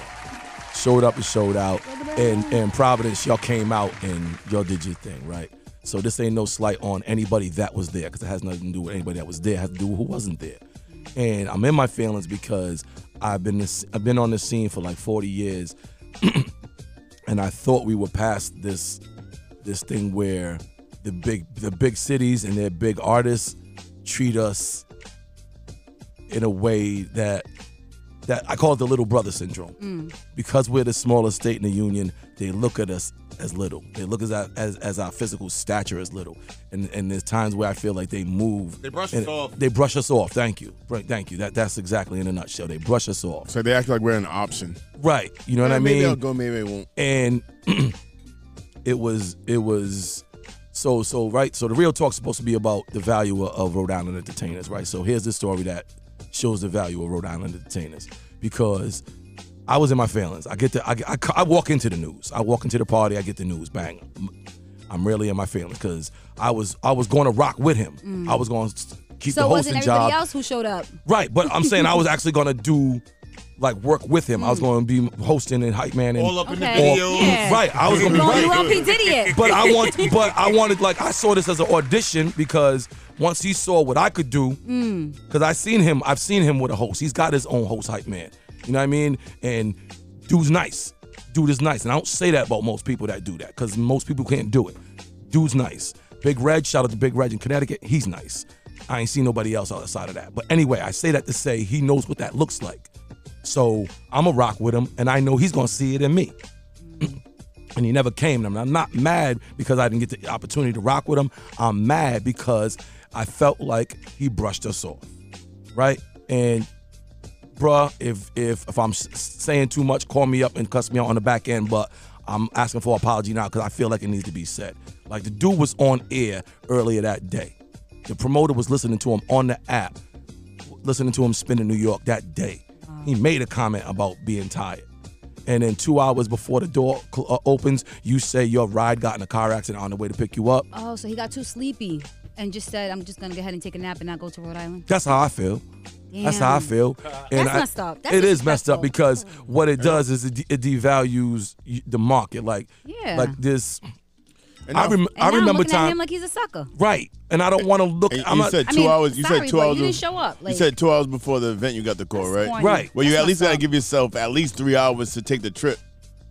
Speaker 9: Showed up and showed out. And and Providence, y'all came out and y'all did your thing, right? So this ain't no slight on anybody that was there, because it has nothing to do with anybody that was there. It has to do with who wasn't there. And I'm in my feelings because I've been this, I've been on the scene for like 40 years. and I thought we were past this this thing where the big the big cities and their big artists treat us in a way that that I call it the little brother syndrome.
Speaker 14: Mm.
Speaker 9: Because we're the smallest state in the union, they look at us as little. They look at us as, as our physical stature as little. And and there's times where I feel like they move.
Speaker 5: They brush
Speaker 9: and
Speaker 5: us off.
Speaker 9: They brush us off. Thank you. Right, Thank you. That that's exactly in a nutshell. They brush us off.
Speaker 10: So they act like we're an option.
Speaker 9: Right. You know what
Speaker 10: Yeah,
Speaker 9: I mean?
Speaker 10: maybe I'll go, maybe I won't.
Speaker 9: And it was it was so so right. So the real talk's supposed to be about the value of- of Rhode Island entertainers, right? So here's the story that shows the value of Rhode Island entertainers because I was in my feelings. I get the I, I, I walk into the news. I walk into the party. I get the news. Bang. I'm really in my feelings because I was I was going to rock with him.
Speaker 14: Mm.
Speaker 9: I was going to keep
Speaker 14: so
Speaker 9: the
Speaker 14: wasn't
Speaker 9: hosting
Speaker 14: everybody
Speaker 9: job.
Speaker 14: else who showed up?
Speaker 9: Right, but I'm saying I was actually gonna do like work with him. I was gonna be hosting and hype man and
Speaker 14: All up in the Okay.
Speaker 9: All-
Speaker 14: videos. Yeah.
Speaker 9: Right, I was gonna be
Speaker 14: Going
Speaker 9: right.
Speaker 14: to P Diddy it.
Speaker 9: But I want, but I wanted like I saw this as an audition because once he saw what I could do,
Speaker 14: Mm.
Speaker 9: because I seen him, I've seen him with a host. He's got his own host hype man. You know what I mean? And dude's nice. Dude is nice. And I don't say that about most people that do that because most people can't do it. Dude's nice. Big Red, shout out to Big Red in Connecticut. He's nice. I ain't seen nobody else outside of that. But anyway, I say that to say he knows what that looks like. So I'm going to rock with him and I know he's going to see it in me and he never came. And I'm not mad because I didn't get the opportunity to rock with him. I'm mad because I felt like he brushed us off, right? And bruh, if if if I'm s- saying too much, call me up and cuss me out on the back end. But I'm asking for apology now because I feel like it needs to be said. Like the dude was on air earlier that day. The promoter was listening to him on the app, listening to him spin in New York that day. He made a comment about being tired and then two hours before the door cl- uh, opens, you say your ride got in a car accident on the way to pick you up.
Speaker 14: Oh, so he got too sleepy and just said, "I'm just gonna go ahead and take a nap and not go to Rhode Island."
Speaker 9: That's how I feel. That's how I
Speaker 14: Damn.
Speaker 9: feel.
Speaker 14: That's
Speaker 9: I-
Speaker 14: messed up. That's
Speaker 9: it is messed up
Speaker 14: disrespectful.
Speaker 9: because what it does is it, de- it devalues y- the market. Like,
Speaker 14: Yeah.
Speaker 9: like this.
Speaker 10: And
Speaker 9: I, rem-
Speaker 14: And
Speaker 9: I
Speaker 14: now I'm
Speaker 9: remember
Speaker 14: looking at
Speaker 9: time.
Speaker 14: him like he's a sucker.
Speaker 9: right, and I don't want to look.
Speaker 10: And
Speaker 9: I'm
Speaker 10: you
Speaker 9: not-
Speaker 10: said
Speaker 14: I
Speaker 10: two
Speaker 14: mean,
Speaker 10: hours. You
Speaker 14: sorry,
Speaker 10: said
Speaker 14: but
Speaker 10: two
Speaker 14: you
Speaker 10: hours.
Speaker 14: didn't
Speaker 10: of-
Speaker 14: show up, like-
Speaker 10: you said two hours before the event. You got the call, right?
Speaker 14: corny. Right.
Speaker 10: Well, you
Speaker 14: That's
Speaker 10: at least
Speaker 14: messed
Speaker 10: got to give yourself at least three hours to take the trip.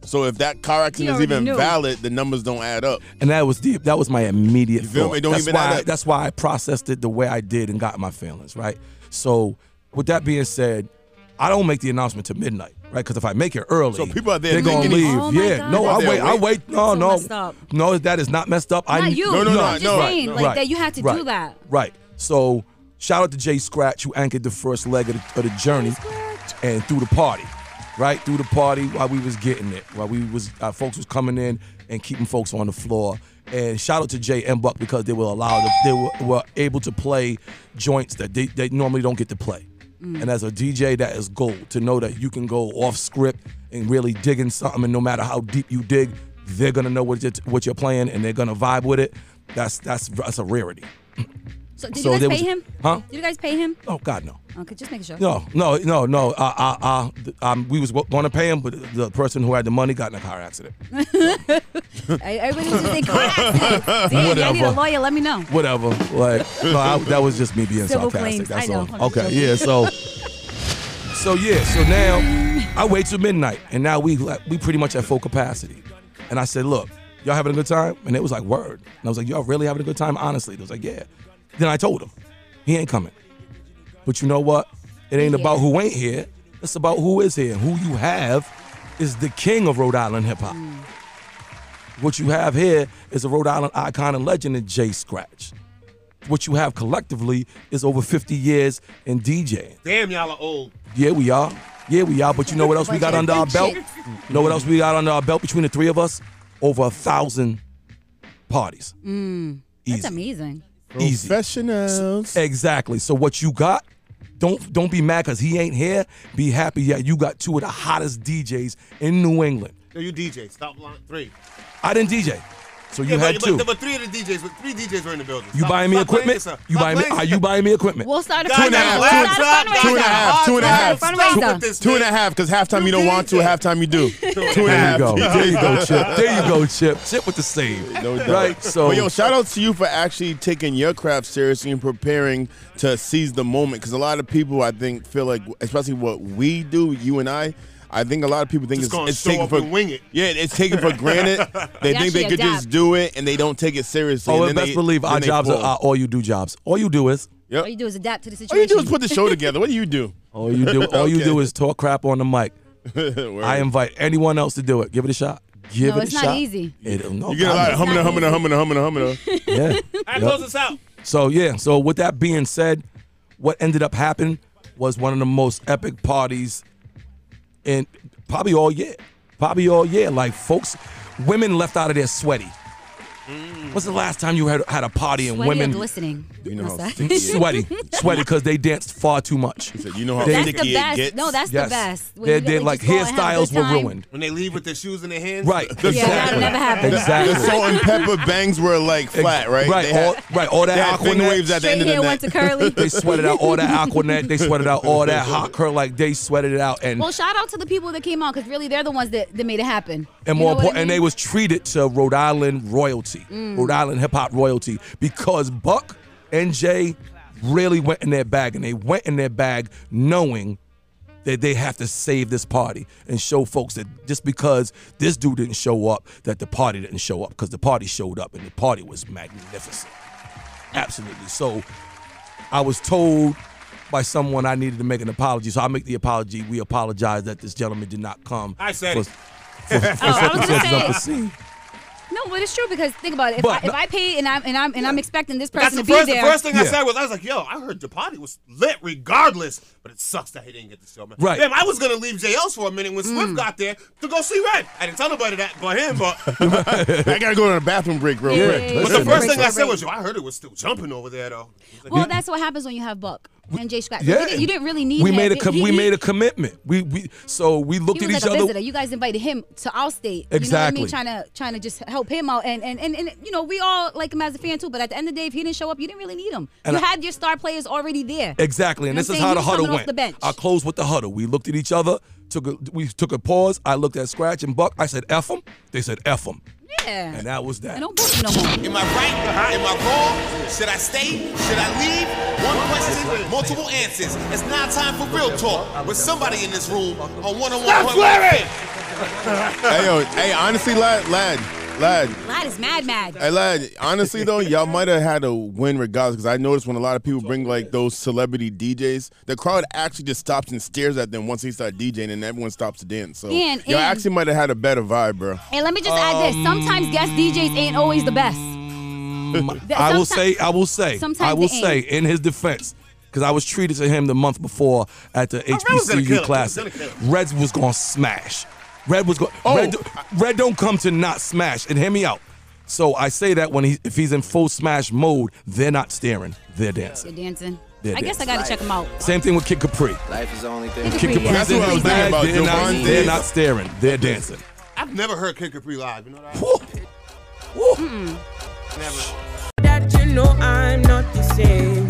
Speaker 10: So if that car accident is
Speaker 9: already
Speaker 10: even
Speaker 9: knew.
Speaker 10: valid, the numbers don't add up.
Speaker 9: and that was the that was my immediate
Speaker 10: feel
Speaker 9: thought.
Speaker 10: me? Don't
Speaker 9: that's
Speaker 10: even
Speaker 9: why
Speaker 10: add
Speaker 9: I,
Speaker 10: up.
Speaker 9: that's why I processed it the way I did and got my feelings right. So, with that being said, I don't make the announcement to midnight, right? Because if I make it early,
Speaker 10: So people are there
Speaker 9: they're gonna
Speaker 10: thinking
Speaker 9: leave.
Speaker 10: it's- Oh my
Speaker 9: yeah,
Speaker 10: God,
Speaker 9: no, I
Speaker 10: that's-
Speaker 9: wait, I wait. No,
Speaker 14: so messed
Speaker 9: no,
Speaker 14: up.
Speaker 9: no, that is not messed up. I
Speaker 14: Not you.
Speaker 9: no, no,
Speaker 14: I'm
Speaker 9: no,
Speaker 14: just
Speaker 9: no,
Speaker 14: saying,
Speaker 9: right,
Speaker 14: like,
Speaker 9: right,
Speaker 14: that you had to do
Speaker 9: right,
Speaker 14: that.
Speaker 9: Right. So, shout out to Jay Scratch who anchored the first leg of the, of the journey and through the party, right through the party while we was getting it, while we was our folks was coming in and keeping folks on the floor. And shout out to Jay and Buck because they were allowed, they were, were able to play joints that they, they normally don't get to play.
Speaker 15: Mm.
Speaker 9: And as a DJ, that is gold to know that you can go off script and really dig in something. And no matter how deep you dig, they're gonna know what you're, what you're playing and they're gonna vibe with it. That's that's that's a rarity.
Speaker 14: So did
Speaker 9: So
Speaker 14: you
Speaker 9: there
Speaker 14: guys
Speaker 9: was-
Speaker 14: pay him?
Speaker 9: Huh?
Speaker 14: Did you guys pay him?
Speaker 9: Oh God, no.
Speaker 14: Okay, just making sure.
Speaker 9: No, no, no, no. Uh, uh, uh, th- um, we was going to pay him, but the person who had the money got in a car accident.
Speaker 14: I- Everybody was just in car accidents. Damn, y'all need a
Speaker 9: Whatever.
Speaker 14: lawyer. Let me know.
Speaker 9: Whatever. Like, no, I, that was just me being
Speaker 14: Civil
Speaker 9: sarcastic.
Speaker 14: claims.
Speaker 9: That's
Speaker 14: I know.
Speaker 9: all. Okay, yeah. So, so yeah. So now I wait till midnight, and now we like, we pretty much at full capacity. And I said, look, y'all having a good time? And it was like, word. And I was like, y'all really having a good time? Honestly, they was like, yeah. Then I told him, he ain't coming. But you know what? It ain't about who ain't here. It's about who is here. Who you have is the king of Rhode Island hip hop. What you have here is a Rhode Island icon and legend in Jay Scratch. What you have collectively is over 50 years in DJing.
Speaker 5: Damn, y'all are old.
Speaker 9: Yeah, we are. Yeah, we are. But you know what else we got under our belt?
Speaker 5: Shit.
Speaker 9: You know what else we got under our belt between the three of us? Over a thousand parties.
Speaker 14: Mm,
Speaker 9: Easy.
Speaker 14: That's amazing.
Speaker 9: Easy. Professionals. Exactly. So what you got? Don't don't be mad because he ain't here. Be happy that you got two of the hottest DJs in New England.
Speaker 5: No, you DJ. Stop line three.
Speaker 9: I didn't DJ. So you
Speaker 5: Yeah,
Speaker 9: had
Speaker 5: but,
Speaker 9: two.
Speaker 5: But, but three of the DJs, but three DJs were in the building.
Speaker 9: you
Speaker 5: Stop-
Speaker 9: buying me
Speaker 5: stop playing
Speaker 9: equipment?
Speaker 5: yourself.
Speaker 9: You
Speaker 5: Stop
Speaker 9: buying me?
Speaker 5: playing
Speaker 9: Are you buying me equipment?
Speaker 14: We'll start a
Speaker 10: Two and a
Speaker 14: fundraiser. We'll
Speaker 10: half,
Speaker 14: start a fundraiser.
Speaker 10: two and a half, two and a half, two and a half,
Speaker 14: Fundraiser.
Speaker 10: two and a half. Because halftime you don't want to, halftime you do. Two and a
Speaker 9: There you
Speaker 10: half.
Speaker 9: go. There you go, Chip. There you go, Chip. Chip with the save.
Speaker 10: No doubt.
Speaker 9: Right. So
Speaker 10: but yo, shout out to you for actually taking your craft seriously and preparing to seize the moment. Because a lot of people, I think, feel like, especially what we do, you and I. I think a lot of people think
Speaker 5: Just
Speaker 10: it's,
Speaker 5: gonna
Speaker 10: it's
Speaker 5: show
Speaker 10: taken
Speaker 5: up
Speaker 10: for
Speaker 5: and wing it.
Speaker 10: Yeah, it's taken for granted. They
Speaker 5: They
Speaker 10: think they
Speaker 5: actually
Speaker 10: could just
Speaker 5: adapt.
Speaker 10: do it and they don't take it seriously.
Speaker 9: Oh, and
Speaker 10: and then
Speaker 9: best
Speaker 10: they-
Speaker 9: believe
Speaker 10: then
Speaker 9: our
Speaker 10: they
Speaker 9: jobs are
Speaker 10: fall.
Speaker 9: our all you do jobs. All you do is
Speaker 10: Yep.
Speaker 14: All you do is adapt to the situation.
Speaker 10: All you do is put the show together. What do you do?
Speaker 9: all you do all you
Speaker 10: Okay.
Speaker 9: do is talk crap on the mic.
Speaker 10: Word.
Speaker 9: I invite anyone else to do it. Give it a shot. Give
Speaker 14: No,
Speaker 9: it a
Speaker 14: it's
Speaker 9: shot.
Speaker 14: not easy.
Speaker 9: It- no,
Speaker 10: You get a lot of
Speaker 9: God,
Speaker 10: humming,
Speaker 9: no.
Speaker 10: humming, humming, humming, humming.
Speaker 9: Yeah.
Speaker 5: I
Speaker 9: Yep.
Speaker 5: close this out.
Speaker 9: So yeah, so with that being said, what ended up happening was one of the most epic parties in probably all year. Probably all year. Like folks, women left out of there sweaty.
Speaker 5: Mm.
Speaker 9: What's the last time you had had a party and
Speaker 14: Sweaty
Speaker 9: women
Speaker 14: and glistening.
Speaker 10: You know how
Speaker 14: What's
Speaker 10: sticky it is.
Speaker 9: sweaty, sweaty because they danced far too much.
Speaker 10: you know how
Speaker 9: They-
Speaker 14: That's
Speaker 9: sticky
Speaker 14: the
Speaker 9: it
Speaker 14: best.
Speaker 9: gets.
Speaker 14: No, that's
Speaker 9: Yes.
Speaker 14: the best. When
Speaker 9: They-
Speaker 14: you
Speaker 9: they-
Speaker 14: really
Speaker 9: like,
Speaker 14: just go and have a
Speaker 9: hairstyles
Speaker 14: good
Speaker 9: were
Speaker 14: time.
Speaker 9: ruined.
Speaker 5: When they leave with their shoes in their hands.
Speaker 9: Right.
Speaker 10: The
Speaker 14: Yeah, that'll
Speaker 9: exactly.
Speaker 14: never happen.
Speaker 9: Exactly.
Speaker 10: The salt and pepper bangs were like flat, right?
Speaker 9: Right,
Speaker 10: They had-
Speaker 9: all, right, all that
Speaker 10: they had
Speaker 9: aquanet.
Speaker 10: thin waves at the end of
Speaker 14: Straight hair
Speaker 10: the
Speaker 14: went
Speaker 10: night.
Speaker 14: to curly.
Speaker 9: they sweated out all that aquanet. They sweated out all that hot curl. Like they sweated it out, and
Speaker 14: Well, shout out to the people that came out because really they're the ones that, that made it happen. You
Speaker 9: and more
Speaker 14: know what
Speaker 9: important,
Speaker 14: I
Speaker 9: and they
Speaker 14: mean? Mm.
Speaker 9: was treated to Rhode Island royalty, Rhode Island hip hop royalty, because Buck and Jay really went in their bag, and they went in their bag knowing that they have to save this party and show folks that just because this dude didn't show up, that the party didn't show up, because the party showed up and the party was magnificent, absolutely. So I was told by someone I needed to make an apology, so I make the apology. We apologize that this gentleman did not come.
Speaker 5: I said
Speaker 9: for-
Speaker 5: it.
Speaker 9: for-
Speaker 14: Oh,
Speaker 9: for
Speaker 14: I was gonna
Speaker 9: circumstances
Speaker 14: say-
Speaker 9: unforeseen.
Speaker 14: No, but it's true because think about it. If,
Speaker 9: But
Speaker 14: I, if
Speaker 9: no-
Speaker 14: I pay and I'm and I'm and I'm expecting this
Speaker 5: That's
Speaker 14: person
Speaker 5: the
Speaker 14: to be
Speaker 5: first, the
Speaker 14: there,
Speaker 5: first thing I
Speaker 9: Yeah.
Speaker 5: said was I was like, yo, I heard the party was lit regardless, but it sucks that he didn't get the show, man.
Speaker 9: Right.
Speaker 5: Damn, I was gonna leave JL's for a minute when
Speaker 14: Mm.
Speaker 5: Swift got there to go see Red. I didn't tell nobody that but him, but
Speaker 10: I gotta go to the bathroom break real
Speaker 9: Yeah.
Speaker 10: quick.
Speaker 5: but
Speaker 9: Listen,
Speaker 5: the first
Speaker 9: break,
Speaker 5: thing I
Speaker 14: break,
Speaker 5: said
Speaker 14: break.
Speaker 5: was, yo, I heard it was still jumping over there though. He's like,
Speaker 14: well, that's what happens when you have Buck and Jay Scratch.
Speaker 9: Yeah,
Speaker 14: You, didn't, you didn't really need.
Speaker 9: we
Speaker 14: him.
Speaker 9: made a
Speaker 14: He-
Speaker 9: com-
Speaker 14: he-
Speaker 9: we
Speaker 14: he-
Speaker 9: made a commitment. We we so we looked
Speaker 14: He
Speaker 9: at
Speaker 14: was
Speaker 9: each
Speaker 14: like a
Speaker 9: other.
Speaker 14: visitor. You guys invited him to our state.
Speaker 9: Exactly.
Speaker 14: You know what I mean? Trying to trying to just help him out, and and, and and you know we all like him as a fan too. But at the end of the day, if he didn't show up, you didn't really need him.
Speaker 9: And
Speaker 14: you
Speaker 9: I-
Speaker 14: had your star players already there.
Speaker 9: Exactly, and
Speaker 14: You know
Speaker 9: this
Speaker 14: what
Speaker 9: is
Speaker 14: I'm
Speaker 9: how the
Speaker 14: saying? He was
Speaker 9: huddle
Speaker 14: coming off
Speaker 9: went.
Speaker 14: the bench.
Speaker 9: I closed with the huddle. We looked at each other. Took a, we took a pause. I looked at Scratch and Buck. I said F them. They said F them,
Speaker 14: Yeah.
Speaker 9: Uh, and that was that.
Speaker 14: And don't book me no more.
Speaker 2: Am I right? Am I wrong? Should I stay? Should I leave? One question, multiple answers. It's now time for real talk with somebody in this room on one-on-one.
Speaker 5: Stop swearing!
Speaker 10: hey, yo, hey, honestly, lad, lad, lad.
Speaker 14: Lad is mad, mad.
Speaker 10: Hey, lad, honestly, though, y'all might have had a win regardless because I noticed when a lot of people bring like those celebrity DJs, the crowd actually just stops and stares at them once they start DJing and everyone stops to dance. So,
Speaker 14: And-
Speaker 10: y'all
Speaker 14: and-
Speaker 10: actually might have had a better vibe, bro.
Speaker 14: And let me just add
Speaker 9: Um,
Speaker 14: this: sometimes guest DJs ain't always the best.
Speaker 9: I will
Speaker 14: sometimes-
Speaker 9: say, I will say, I
Speaker 14: sometimes
Speaker 9: will
Speaker 14: it ain't.
Speaker 9: say in his defense, because I was treated to him the month before at the
Speaker 5: was gonna kill him.
Speaker 9: HBCU
Speaker 5: I was
Speaker 9: Classic.
Speaker 5: gonna kill him.
Speaker 9: Reds was gonna smash. Red was going.
Speaker 10: Oh.
Speaker 9: Red, Red don't come to not smash. And hear me out. So I say that when he, if he's in full smash mode, they're not staring, they're dancing.
Speaker 14: You're dancing.
Speaker 9: They're
Speaker 14: I guess I
Speaker 9: dancing.
Speaker 14: gotta check them out.
Speaker 9: Same thing with Kid Capri.
Speaker 12: Life is the only thing.
Speaker 14: Kick
Speaker 9: Kid
Speaker 14: Capri,
Speaker 9: Capri's
Speaker 14: yeah.
Speaker 10: That's what
Speaker 9: in
Speaker 10: I was
Speaker 9: his bag.
Speaker 10: thinking about,
Speaker 9: They're not,
Speaker 10: Devon
Speaker 9: they're
Speaker 10: Davis.
Speaker 9: not staring, they're dancing.
Speaker 5: I've never heard Kid Capri live, you know that?
Speaker 9: Woo. Woo.
Speaker 15: that you know I'm not the same.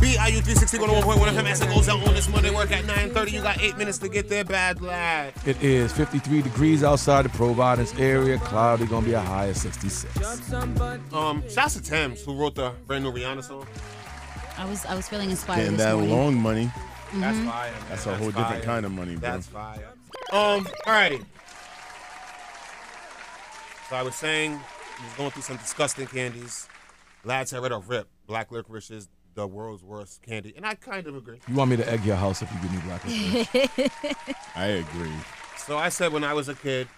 Speaker 5: BIU 360 101.1 FM as it goes out on this Monday work at 9.30. You got eight minutes to get there, bad lad.
Speaker 9: It is 53 degrees outside the Providence area. Cloudy, gonna be a high of 66.
Speaker 5: Um, shouts to Thames, who wrote the brand new Rihanna song.
Speaker 14: I was I was feeling inspired.
Speaker 10: Getting
Speaker 14: this
Speaker 10: that
Speaker 14: morning.
Speaker 10: long money,
Speaker 5: That's fire. man.
Speaker 10: that's a whole different
Speaker 5: fire.
Speaker 10: kind of money, bro.
Speaker 5: That's fire. Um, alrighty. So I was saying, he was going through some disgusting candies. Lads had read a rip. Black licorice is the world's worst candy. And I kind of agree.
Speaker 9: You want me to egg your house if you give me black licorice?
Speaker 10: I agree.
Speaker 5: So I said when I was a kid,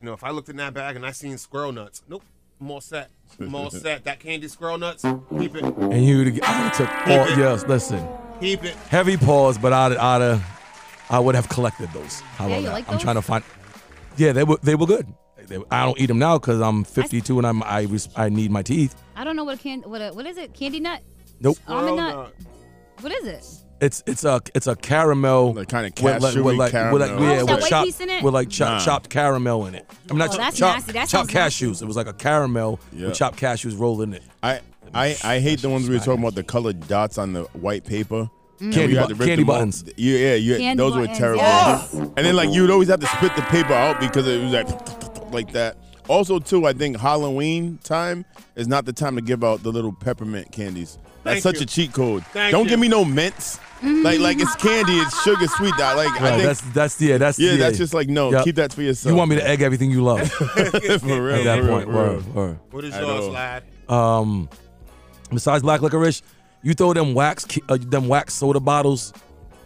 Speaker 5: you know, if I looked in that bag and I seen squirrel nuts, nope, more set, more set. That candy squirrel nuts, keep it,
Speaker 9: and you to- I would've took all yes. Listen,
Speaker 5: keep it.
Speaker 9: heavy pause, but I'd, I'd uh, I would have collected those. How
Speaker 14: Yeah,
Speaker 9: about
Speaker 14: you
Speaker 9: that?
Speaker 14: like
Speaker 9: I'm
Speaker 14: those?
Speaker 9: trying to find. Yeah, they were they were good. They were- I don't eat them now because I'm 52 and I'm I res- I need my teeth.
Speaker 14: I don't know what a can what a, what is it? Candy nut?
Speaker 9: Nope.
Speaker 5: Squirrel
Speaker 14: Almond nut?
Speaker 5: nut.
Speaker 14: What is it?
Speaker 9: It's it's a it's a caramel
Speaker 10: kind of
Speaker 9: with
Speaker 10: cashewy
Speaker 9: like, With like,
Speaker 10: caramel.
Speaker 14: Oh,
Speaker 9: yeah,
Speaker 14: is that
Speaker 9: with
Speaker 14: white
Speaker 9: chopped
Speaker 14: piece in it?
Speaker 9: with like chop,
Speaker 14: Nah.
Speaker 9: chopped caramel in it. I mean, not
Speaker 14: Oh,
Speaker 9: chop-
Speaker 14: that's
Speaker 9: chop-
Speaker 14: nasty. That
Speaker 9: chopped
Speaker 14: sounds
Speaker 9: cashews. It was like a caramel
Speaker 10: Yeah.
Speaker 9: with chopped cashews rolled in it.
Speaker 10: I I, I hate the ones we were talking about the colored dots on the white paper.
Speaker 9: Mm. Candy
Speaker 10: You had
Speaker 9: bu-
Speaker 10: to rip
Speaker 9: candy
Speaker 10: them off.
Speaker 9: buttons.
Speaker 10: Yeah, yeah, you,
Speaker 14: Candy
Speaker 10: those
Speaker 14: buttons,
Speaker 10: were terrible.
Speaker 14: yeah.
Speaker 10: And then like you would always have to spit the paper out because it was like like that. Also, too, I think Halloween time is not the time to give out the little peppermint candies.
Speaker 5: Thank
Speaker 10: That's such
Speaker 5: you.
Speaker 10: a cheat code.
Speaker 5: Thank
Speaker 10: Don't
Speaker 5: you.
Speaker 10: give me no mints.
Speaker 14: Mm-hmm.
Speaker 10: Like like it's candy, it's sugar sweet. I like I
Speaker 9: Right,
Speaker 10: think
Speaker 9: that's that's yeah, that's
Speaker 10: Yeah, that's just like, no,
Speaker 9: Yup.
Speaker 10: keep that for yourself.
Speaker 9: You want me to egg everything you love. for real, at
Speaker 10: real,
Speaker 9: that
Speaker 10: for real,
Speaker 9: point.
Speaker 10: for real.
Speaker 9: word, word.
Speaker 5: What is yours, lad?
Speaker 9: Um, besides black licorice, you throw them wax ki- uh, them wax soda bottles.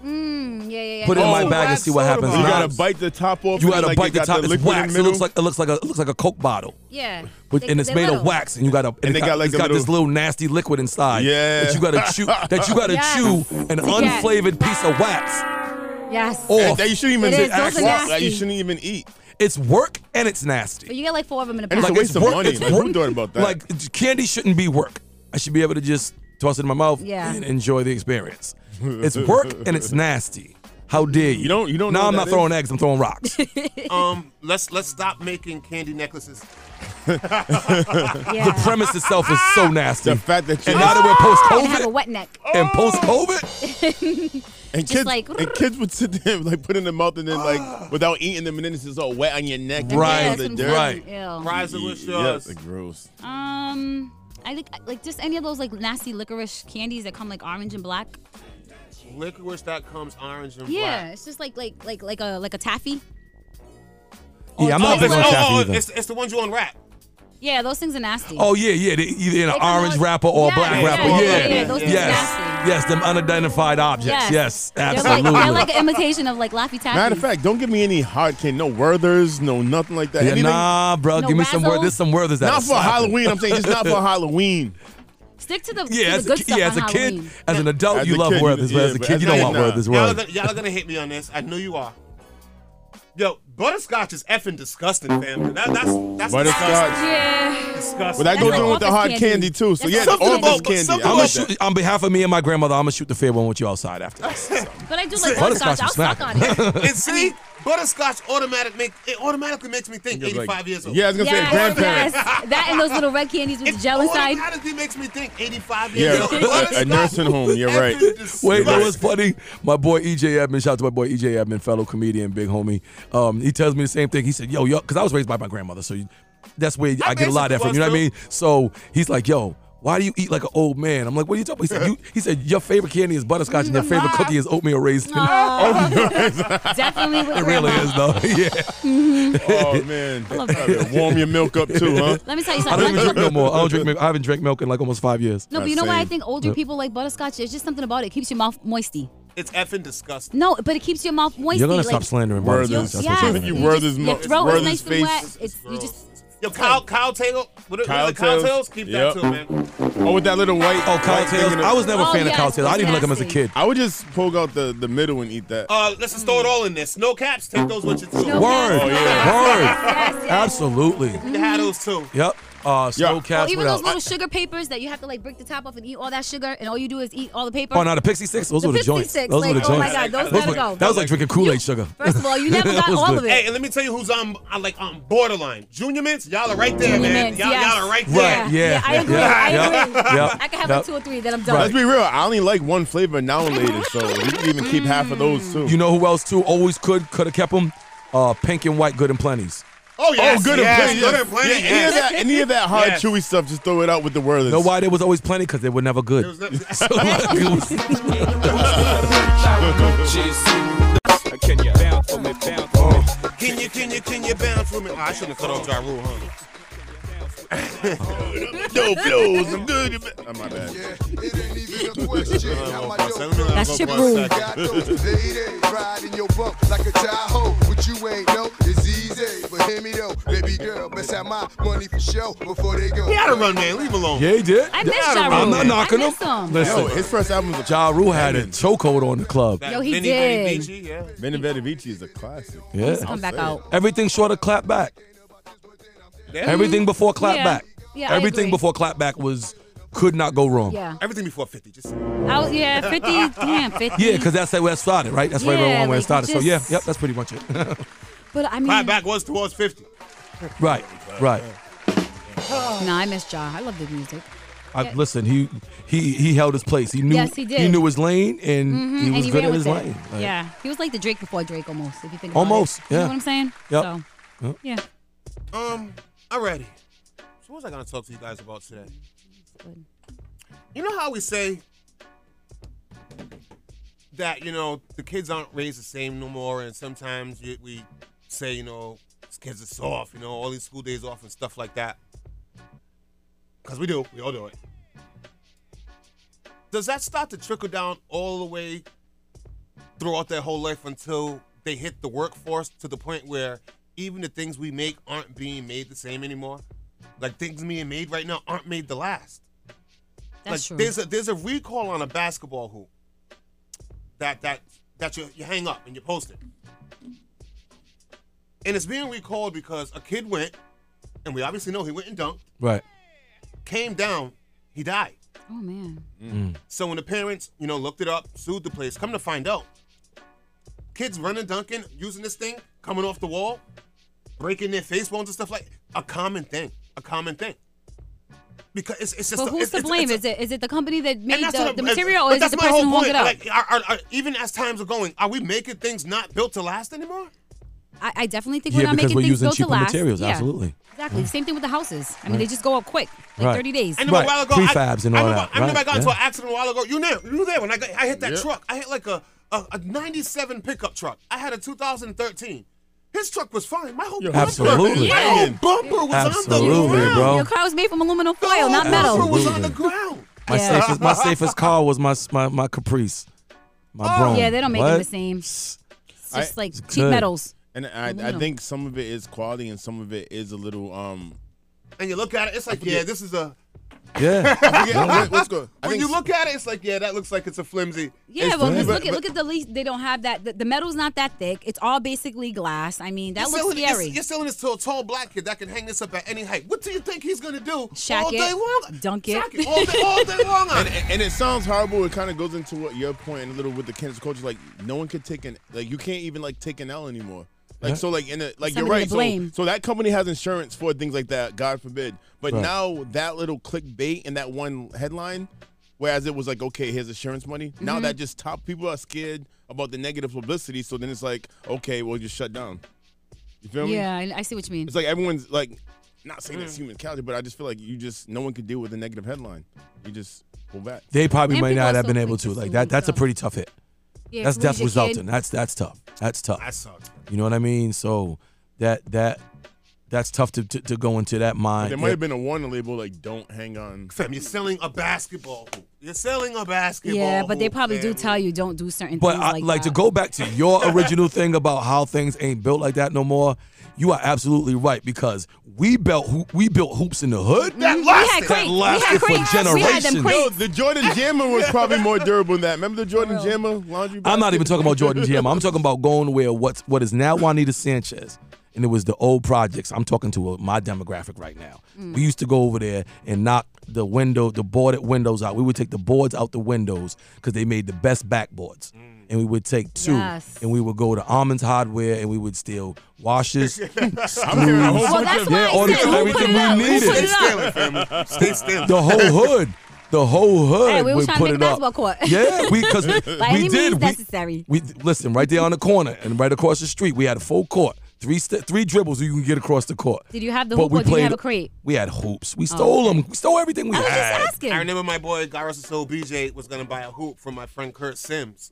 Speaker 14: Mm, yeah, yeah, yeah.
Speaker 9: Put it in
Speaker 10: Oh,
Speaker 9: my bag and see what happens.
Speaker 10: You gotta
Speaker 9: Nah.
Speaker 10: bite the top off.
Speaker 9: You
Speaker 10: and,
Speaker 9: had to
Speaker 10: like,
Speaker 9: bite the
Speaker 10: got
Speaker 9: top. it's
Speaker 10: liquid in
Speaker 9: wax.
Speaker 10: the
Speaker 9: It looks
Speaker 10: middle.
Speaker 9: like it looks like a it looks like a Coke bottle,
Speaker 14: Yeah.
Speaker 9: But-
Speaker 14: They-
Speaker 9: and it's
Speaker 14: they're
Speaker 9: made of
Speaker 14: little.
Speaker 9: wax. And you gotta and,
Speaker 10: And
Speaker 9: it
Speaker 10: they
Speaker 9: got,
Speaker 10: got, like,
Speaker 9: it's
Speaker 10: a
Speaker 9: got this
Speaker 10: little-
Speaker 9: little nasty liquid inside.
Speaker 10: Yeah.
Speaker 9: that you gotta chew. That you gotta
Speaker 14: Yes.
Speaker 9: chew an
Speaker 14: Yes.
Speaker 9: unflavored piece of wax.
Speaker 14: Yes.
Speaker 9: Or
Speaker 10: That you shouldn't even
Speaker 14: It is. Those are
Speaker 10: actually-
Speaker 14: nasty.
Speaker 10: like, you shouldn't even eat.
Speaker 9: It's work and it's nasty.
Speaker 14: But you get like four of them in a
Speaker 10: And it's
Speaker 14: pack.
Speaker 10: a waste of
Speaker 9: work-
Speaker 10: money.
Speaker 9: it's
Speaker 10: Like,
Speaker 9: work-
Speaker 10: who thought about that?
Speaker 9: Like it's- candy shouldn't be work. I should be able to just toss it in my mouth
Speaker 14: Yeah.
Speaker 9: and enjoy the experience. It's work and it's nasty. How dare you? You don't. You
Speaker 10: don't
Speaker 9: Now
Speaker 10: know
Speaker 9: I'm
Speaker 10: what
Speaker 9: not
Speaker 10: that
Speaker 9: throwing
Speaker 10: is.
Speaker 9: eggs. I'm throwing rocks.
Speaker 5: um, let's let's stop making candy necklaces.
Speaker 9: The premise itself is so nasty. The
Speaker 10: fact that
Speaker 9: and now that we're post
Speaker 14: And have
Speaker 9: COVID
Speaker 14: a wet neck.
Speaker 9: and post COVID,
Speaker 10: And
Speaker 14: Just
Speaker 10: kids,
Speaker 14: like-
Speaker 10: and kids would sit there like put in their mouth and then like without eating them and then it's just all wet on your neck. and
Speaker 9: Right,
Speaker 10: all the
Speaker 14: that's
Speaker 10: dirt.
Speaker 14: what I'm saying. Right. Ew.
Speaker 5: Riza, what's
Speaker 10: Yeah,
Speaker 5: yours?
Speaker 10: it's gross.
Speaker 14: Um, I think like just any of those like nasty licorice candies that come like orange and black.
Speaker 5: Licorice that comes orange and
Speaker 14: Yeah,
Speaker 5: black.
Speaker 14: it's just like like like like a like a taffy.
Speaker 9: yeah, I'm not
Speaker 5: oh,
Speaker 9: big on
Speaker 5: it's-
Speaker 9: taffy
Speaker 5: oh, oh,
Speaker 9: either.
Speaker 5: it's, it's the ones you unwrap.
Speaker 14: Yeah, those things are nasty.
Speaker 9: Oh yeah, yeah. They either in an
Speaker 14: They come
Speaker 9: orange
Speaker 14: out-
Speaker 9: wrapper or a
Speaker 14: Yeah,
Speaker 9: black
Speaker 14: yeah,
Speaker 9: wrapper.
Speaker 14: yeah,
Speaker 9: Yeah,
Speaker 14: yeah, yeah, those things
Speaker 9: yes, yes. Them unidentified objects. Yes, absolutely.
Speaker 14: They're like, they're like an imitation of like Laffy Taffy.
Speaker 10: Matter of fact, don't give me any hard candy, no Werthers, no nothing like that.
Speaker 9: Yeah,
Speaker 10: Anything-
Speaker 9: nah, bro.
Speaker 14: No
Speaker 9: give me some
Speaker 14: Razzles?
Speaker 9: word. There's some word that's
Speaker 10: not for Halloween. I'm saying just not for Halloween.
Speaker 14: Stick to the,
Speaker 9: Yeah,
Speaker 14: to
Speaker 9: as
Speaker 14: the
Speaker 9: a,
Speaker 14: good
Speaker 9: ki-
Speaker 14: stuff
Speaker 9: yeah,
Speaker 14: on
Speaker 9: as a kid,
Speaker 14: Halloween.
Speaker 9: as an adult,
Speaker 10: As
Speaker 9: you
Speaker 10: a
Speaker 9: love
Speaker 10: kid,
Speaker 9: Werther's, but
Speaker 10: yeah,
Speaker 9: as a
Speaker 10: but
Speaker 9: kid,
Speaker 10: as
Speaker 9: you
Speaker 10: a
Speaker 9: don't
Speaker 10: kid,
Speaker 9: want
Speaker 10: nah.
Speaker 9: Werther's.
Speaker 5: Y'all are,
Speaker 9: Word.
Speaker 5: gonna, y'all are gonna hate me on this. I know you are. Yo, butterscotch is effing disgusting, fam. That, that's that's
Speaker 10: Butterscotch.
Speaker 14: Yeah.
Speaker 5: disgusting.
Speaker 10: But that
Speaker 14: That's
Speaker 10: goes
Speaker 14: like
Speaker 10: in with the
Speaker 14: office
Speaker 10: hard
Speaker 14: candy.
Speaker 10: candy, too. So
Speaker 14: That's
Speaker 10: yeah,
Speaker 14: something
Speaker 10: all this
Speaker 14: about-
Speaker 10: candy.
Speaker 5: something
Speaker 10: I
Speaker 9: I'm
Speaker 10: like
Speaker 9: gonna
Speaker 5: about-
Speaker 10: that.
Speaker 9: shoot, on behalf of me and my grandmother, I'm gonna shoot the fair one with you outside after this.
Speaker 14: But I do like
Speaker 9: Butterscotch
Speaker 14: butterscotch.
Speaker 9: is
Speaker 14: I'll suck on
Speaker 9: smacking.
Speaker 14: it.
Speaker 5: and see, butterscotch automatic make it automatically makes me think
Speaker 10: Just
Speaker 5: 85
Speaker 10: like-
Speaker 5: years old.
Speaker 10: Yeah, I was gonna say grandparents.
Speaker 14: That and those little red candies with the
Speaker 5: It
Speaker 14: gel inside.
Speaker 5: automatically makes me think 85 years
Speaker 10: Yeah,
Speaker 5: old.
Speaker 10: a- a
Speaker 5: Butterscotch
Speaker 10: nursing home. You're right.
Speaker 5: effing disgusting.
Speaker 9: Wait, that was funny. My boy EJ Edmond, shout out to my boy EJ Edmond, fellow comedian, big homie. Um, he tells me the same thing. He said, "Yo, yo," because I was raised by my grandmother, so you, that's where I, get a lot of that from. You know what I mean? So he's like, "Yo." Why do you eat like an old man? I'm like, what are you talking about? He said, you, he said your favorite candy is butterscotch and your favorite cookie is oatmeal raisin.
Speaker 14: Definitely with
Speaker 9: it really
Speaker 14: grandma.
Speaker 9: is, though. yeah.
Speaker 10: Oh man,
Speaker 14: love that.
Speaker 10: warm your milk up too, huh?
Speaker 14: Let me tell you
Speaker 9: I don't even
Speaker 14: something.
Speaker 9: drink no more. I don't drink milk. I haven't drank milk in like almost five years.
Speaker 14: No, but
Speaker 10: Not
Speaker 14: you know why I
Speaker 10: same.
Speaker 14: think older
Speaker 9: Yep.
Speaker 14: people like butterscotch? It's just something about it. It keeps your mouth moisty.
Speaker 5: It's effing disgusting.
Speaker 14: No, but it keeps your mouth moisty.
Speaker 9: You're gonna
Speaker 14: like,
Speaker 9: stop slandering
Speaker 10: Werther's.
Speaker 9: Werther's. That's
Speaker 14: yeah,
Speaker 9: what you're
Speaker 10: You
Speaker 9: gonna do.
Speaker 10: Werther's mo-
Speaker 14: Your throat is
Speaker 10: Werther's
Speaker 14: nice and
Speaker 10: face.
Speaker 14: wet. It's you just
Speaker 5: Yo, cow, cow tail, what, are- what are the cow
Speaker 10: Cow tails?
Speaker 5: tails? Keep
Speaker 10: Yep.
Speaker 5: that too, man.
Speaker 10: Oh, with that little white.
Speaker 9: Oh,
Speaker 10: white thing
Speaker 9: cocktails.
Speaker 10: in the-
Speaker 9: I was never a
Speaker 14: Oh,
Speaker 9: fan
Speaker 14: yeah,
Speaker 9: of cocktails. I didn't even like them as a
Speaker 14: nasty.
Speaker 9: kid.
Speaker 10: I would just poke out the the middle and eat that.
Speaker 5: Uh, let's just throw it all in there. Snow caps, take those with you too.
Speaker 14: Snow-
Speaker 9: Word.
Speaker 14: Oh,
Speaker 9: Word. Absolutely.
Speaker 5: You had those too.
Speaker 9: Yep. Uh, snow
Speaker 10: Yeah.
Speaker 14: Or
Speaker 9: caps
Speaker 14: even
Speaker 9: without.
Speaker 14: those little sugar papers that you have to like break the top off and eat all that sugar, and all you do is eat all the paper.
Speaker 9: Oh, no, the Pixie Sticks. Those
Speaker 14: The
Speaker 9: were the
Speaker 14: Pixie
Speaker 9: joints.
Speaker 14: Sticks,
Speaker 9: Those were the
Speaker 14: like, oh my
Speaker 9: joints.
Speaker 14: God, those
Speaker 9: Those
Speaker 14: gotta
Speaker 9: were-
Speaker 14: go.
Speaker 9: That was like drinking Kool Aid sugar.
Speaker 14: First of all, you never
Speaker 9: That
Speaker 14: got
Speaker 9: was
Speaker 14: all
Speaker 9: good.
Speaker 14: of it.
Speaker 5: Hey, and let me tell you who's on I like on borderline. Junior Mints, y'all are right there,
Speaker 14: Junior
Speaker 5: man.
Speaker 14: Mints,
Speaker 5: y'all,
Speaker 14: yes.
Speaker 5: y'all are right there.
Speaker 9: Right. Yeah.
Speaker 14: Yeah, I agree. I
Speaker 9: Yep.
Speaker 14: agree.
Speaker 9: Yep.
Speaker 14: I can have
Speaker 9: Yep.
Speaker 14: like two or three, then I'm
Speaker 10: Let's
Speaker 14: done.
Speaker 10: be real. I only like one flavor now and later, so you can even keep half of
Speaker 5: Mm.
Speaker 10: those too.
Speaker 9: You know who else, too, always could, could have kept them? Uh, pink and white, good and plenties.
Speaker 5: Oh, yes,
Speaker 10: oh, good
Speaker 5: yes,
Speaker 10: and plenty.
Speaker 5: Good
Speaker 10: yes.
Speaker 5: and plenty.
Speaker 10: Yeah, any of that, any of that hard
Speaker 5: Yes.
Speaker 10: chewy stuff, just throw it out with the word.
Speaker 9: Know why they was always plenty? Because they were never good.
Speaker 5: yes.
Speaker 9: So, like, it was-
Speaker 6: Can you bounce for me, bounce for me?
Speaker 5: Can you, can you, can you bounce with me? Oh, I shouldn't have cut off Ja Rule, huh?
Speaker 10: No blows. I'm good. Oh, my bad.
Speaker 14: That's Chip Rule.
Speaker 5: He had a run, man. Leave him alone.
Speaker 9: yeah, he did.
Speaker 14: I miss Ja
Speaker 9: I'm
Speaker 14: Rule.
Speaker 9: not knocking
Speaker 14: I
Speaker 9: him.
Speaker 14: miss him.
Speaker 10: Yo,
Speaker 9: Listen,
Speaker 10: his first album was a
Speaker 9: Ja Rule had a chokehold on the club.
Speaker 5: That
Speaker 14: Yo, he
Speaker 5: Vinny,
Speaker 14: did.
Speaker 5: Vinny Vici, yeah.
Speaker 10: Benevento Vici is a classic.
Speaker 9: Yeah.
Speaker 14: Come back out.
Speaker 9: Everything short of clap back. Everything before clap
Speaker 14: Yeah.
Speaker 9: back.
Speaker 14: Yeah, I
Speaker 9: Everything
Speaker 14: agree.
Speaker 9: before clap back was could not go wrong.
Speaker 14: Yeah.
Speaker 5: Everything before 50. Just
Speaker 14: Oh yeah, fifty. damn, fifty.
Speaker 9: Yeah, because that's where it started, right? That's where
Speaker 14: Yeah,
Speaker 9: everyone where it
Speaker 14: like,
Speaker 9: started. So
Speaker 14: just-
Speaker 9: yeah, yep, that's pretty much it.
Speaker 14: But I mean,
Speaker 5: Right back was towards 50.
Speaker 9: right, right.
Speaker 14: no, I miss Ja. I love the music. Yeah.
Speaker 9: I, listen, he he he held his place. He knew
Speaker 14: Yes, he did.
Speaker 9: knew his lane, and
Speaker 14: Mhm,
Speaker 9: he
Speaker 14: and
Speaker 9: was good
Speaker 14: ran
Speaker 9: in
Speaker 14: with
Speaker 9: his
Speaker 14: it.
Speaker 9: lane. Like,
Speaker 14: yeah, he was like the Drake before Drake, almost. If you think about
Speaker 9: Almost,
Speaker 14: it.
Speaker 9: yeah.
Speaker 14: You know what I'm saying?
Speaker 9: Yep.
Speaker 14: So,
Speaker 9: Yep.
Speaker 14: yeah.
Speaker 5: Um, alrighty. So what was I gonna talk to you guys about today? You know how we say that you know the kids aren't raised the same no more, and sometimes you, we say you know these kids are soft, you know all these school days off and stuff like that. Cause we do, we all do it. Does that start to trickle down all the way throughout their whole life until they hit the workforce to the point where even the things we make aren't being made the same anymore? Like things being made right now aren't made the last.
Speaker 14: That's
Speaker 5: like
Speaker 14: true.
Speaker 5: there's a there's a recall on a basketball hoop that that that you you hang up and you post it. And it's being recalled because a kid went, and we obviously know he went and dunked,
Speaker 9: Right.
Speaker 5: came down, he died.
Speaker 14: Oh man.
Speaker 5: So when the parents, you know, looked it up, sued the place, come to find out, kids running, dunking, using this thing, coming off the wall, breaking their face bones and stuff like a common thing, a common thing. Because it's, it's just
Speaker 14: But
Speaker 5: a-
Speaker 14: who's
Speaker 5: it's-
Speaker 14: to
Speaker 5: it's-
Speaker 14: blame?
Speaker 5: it's a-
Speaker 14: is it is it the company that made
Speaker 5: and that's
Speaker 14: the,
Speaker 5: what
Speaker 14: the
Speaker 5: I'm-
Speaker 14: material,
Speaker 5: but
Speaker 14: or is it
Speaker 5: that's
Speaker 14: the
Speaker 5: my
Speaker 14: person
Speaker 5: whole
Speaker 14: who hung it
Speaker 5: point.
Speaker 14: up?
Speaker 5: Like, are, are, are, even as times are going, are we making things not built to last anymore?
Speaker 14: I, I definitely think
Speaker 9: Yeah,
Speaker 14: we're not
Speaker 9: because
Speaker 14: making
Speaker 9: we're
Speaker 14: things
Speaker 9: using
Speaker 14: built to
Speaker 9: cheaper
Speaker 14: last.
Speaker 9: materials,
Speaker 14: Yeah.
Speaker 9: absolutely.
Speaker 14: Exactly. Same thing with the houses. I mean, they
Speaker 9: Right.
Speaker 14: just go up quick, like
Speaker 9: Right.
Speaker 14: thirty days.
Speaker 5: I remember
Speaker 9: Right,
Speaker 5: a while ago.
Speaker 9: prefabs
Speaker 5: I,
Speaker 9: and
Speaker 5: I
Speaker 9: all
Speaker 5: remember,
Speaker 9: that,
Speaker 5: I remember I
Speaker 9: right,
Speaker 5: got into
Speaker 9: yeah.
Speaker 5: an accident a while ago. You knew, you were there when I got, I hit that
Speaker 9: Yep.
Speaker 5: truck. I hit like a, a a '97 pickup truck. I had a 2013. His truck was fine. My whole bumper,
Speaker 9: Absolutely.
Speaker 5: my whole bumper was on the
Speaker 9: Absolutely,
Speaker 5: ground.
Speaker 9: bro.
Speaker 14: Your car was made from aluminum foil, not
Speaker 5: My
Speaker 14: metal.
Speaker 5: bumper was on the
Speaker 9: Absolutely.
Speaker 5: ground.
Speaker 9: My
Speaker 14: Yeah.
Speaker 9: safest my safest car was my my, my Caprice, my
Speaker 14: Oh.
Speaker 9: Brougham.
Speaker 14: Yeah, they don't make them
Speaker 9: What?
Speaker 14: the same. It's
Speaker 10: I-
Speaker 14: just like cheap metals.
Speaker 10: And I, I
Speaker 14: Aluminum.
Speaker 10: think some of it is quality and some of it is a little um
Speaker 5: And you look at it, it's like, yeah, this is a.
Speaker 9: yeah.
Speaker 10: what- what's good? I
Speaker 5: When
Speaker 10: think
Speaker 5: you look at it, it's like, yeah, that looks like it's a flimsy.
Speaker 14: Yeah,
Speaker 5: It's
Speaker 14: well,
Speaker 5: flimsy.
Speaker 14: just look at look at the least. They don't have that. The, the metal's not that thick. It's all basically glass. I mean, that
Speaker 5: you're
Speaker 14: looks
Speaker 5: selling, you're-
Speaker 14: scary.
Speaker 5: You're, selling this to a tall black kid that can hang this up at any height. What do you think he's gonna do
Speaker 14: Shack
Speaker 5: all
Speaker 14: it,
Speaker 5: day long?
Speaker 14: dunk it.
Speaker 5: Shack it all day, all day long.
Speaker 10: and, and it sounds horrible. It kind of goes into what your point and a little with the cancel culture. Like no one can take an like you can't even like take an L anymore. Like
Speaker 9: Yeah.
Speaker 10: so like in a, like
Speaker 14: Somebody
Speaker 10: you're right.
Speaker 14: to
Speaker 10: so-
Speaker 14: blame.
Speaker 10: So, that company has insurance for things like that. God forbid. But
Speaker 9: Right.
Speaker 10: now that little clickbait and that one headline, whereas it was like okay, here's insurance money.
Speaker 14: Mm-hmm.
Speaker 10: Now that just top people are scared about the negative publicity. So then it's like okay, well just shut down. You feel me?
Speaker 14: yeah, Mm. I, I see what you mean.
Speaker 10: It's like everyone's like, not saying it's human calorie, but I just feel like you just no one could deal with a negative headline. You just pull back.
Speaker 9: They probably
Speaker 14: And
Speaker 9: might
Speaker 14: people
Speaker 9: not
Speaker 14: are
Speaker 9: have
Speaker 14: so
Speaker 9: been
Speaker 14: quick
Speaker 9: able
Speaker 14: to
Speaker 9: to. Like
Speaker 14: sue
Speaker 9: that. That's a
Speaker 14: themselves.
Speaker 9: pretty tough hit.
Speaker 14: Yeah,
Speaker 9: that's
Speaker 14: lose your
Speaker 9: death
Speaker 14: kid.
Speaker 9: resulting. That's that's tough. That's tough.
Speaker 5: That sucks.
Speaker 9: You know what I mean? So that that that's tough to to, to go into that mind.
Speaker 10: There might have been a warning label like "Don't hang on."
Speaker 5: Fam, you're selling a basketball hoop. You're selling a basketball
Speaker 14: Yeah, but they
Speaker 5: hoop,
Speaker 14: probably do
Speaker 5: fam.
Speaker 14: tell you don't do certain
Speaker 9: But
Speaker 14: things
Speaker 9: I,
Speaker 14: like,
Speaker 9: like,
Speaker 14: that.
Speaker 9: to go back to your original thing about how things ain't built like that no more. You are absolutely right because we built hoo- we built hoops in the hood.
Speaker 5: That
Speaker 14: We had
Speaker 5: lasted.
Speaker 14: crates. we
Speaker 9: lasted
Speaker 14: had
Speaker 9: for
Speaker 14: crates. We had them
Speaker 9: generations.
Speaker 10: Yo,
Speaker 14: crates.
Speaker 10: the Jordan Jammer was probably more durable than that. Remember the Jordan Jammer laundry?
Speaker 9: I'm not
Speaker 10: basket?
Speaker 9: even talking about Jordan GM. I'm talking about going where what's what is now Juanita Sanchez. And it was the old projects. I'm talking to uh, my demographic right now.
Speaker 10: Mm.
Speaker 9: We used to go over there and knock the window, the boarded windows out. We would take the boards out the windows because they made the best backboards.
Speaker 10: Mm.
Speaker 9: And we would take two,
Speaker 14: Yes.
Speaker 9: and we would go to Almonds Hardware, and we would steal washers, screws,
Speaker 10: hearing a whole
Speaker 14: Well, that's why I said, who put
Speaker 9: everything
Speaker 14: it
Speaker 9: we
Speaker 14: up? Who
Speaker 9: needed.
Speaker 14: put it up?
Speaker 5: Stay still.
Speaker 9: The whole hood. The whole hood
Speaker 14: Hey, we was
Speaker 9: would
Speaker 14: trying to make
Speaker 9: put
Speaker 14: a
Speaker 9: it up.
Speaker 14: basketball court.
Speaker 9: Yeah, we because we,
Speaker 14: By
Speaker 9: we
Speaker 14: any
Speaker 9: did.
Speaker 14: means
Speaker 9: we,
Speaker 14: necessary.
Speaker 9: We listen right there on the corner and right across the street. We had a full court, three st- three dribbles you can get across the court.
Speaker 14: Did you have the
Speaker 9: But
Speaker 14: hoop
Speaker 9: we
Speaker 14: or did you
Speaker 9: played-
Speaker 14: have a crate? Oh,
Speaker 9: We had hoops. We stole them. We stole everything we
Speaker 14: I was just
Speaker 9: had.
Speaker 14: asking.
Speaker 5: I remember my boy Garros Soul BJ was gonna buy a hoop from my friend Kurt Sims,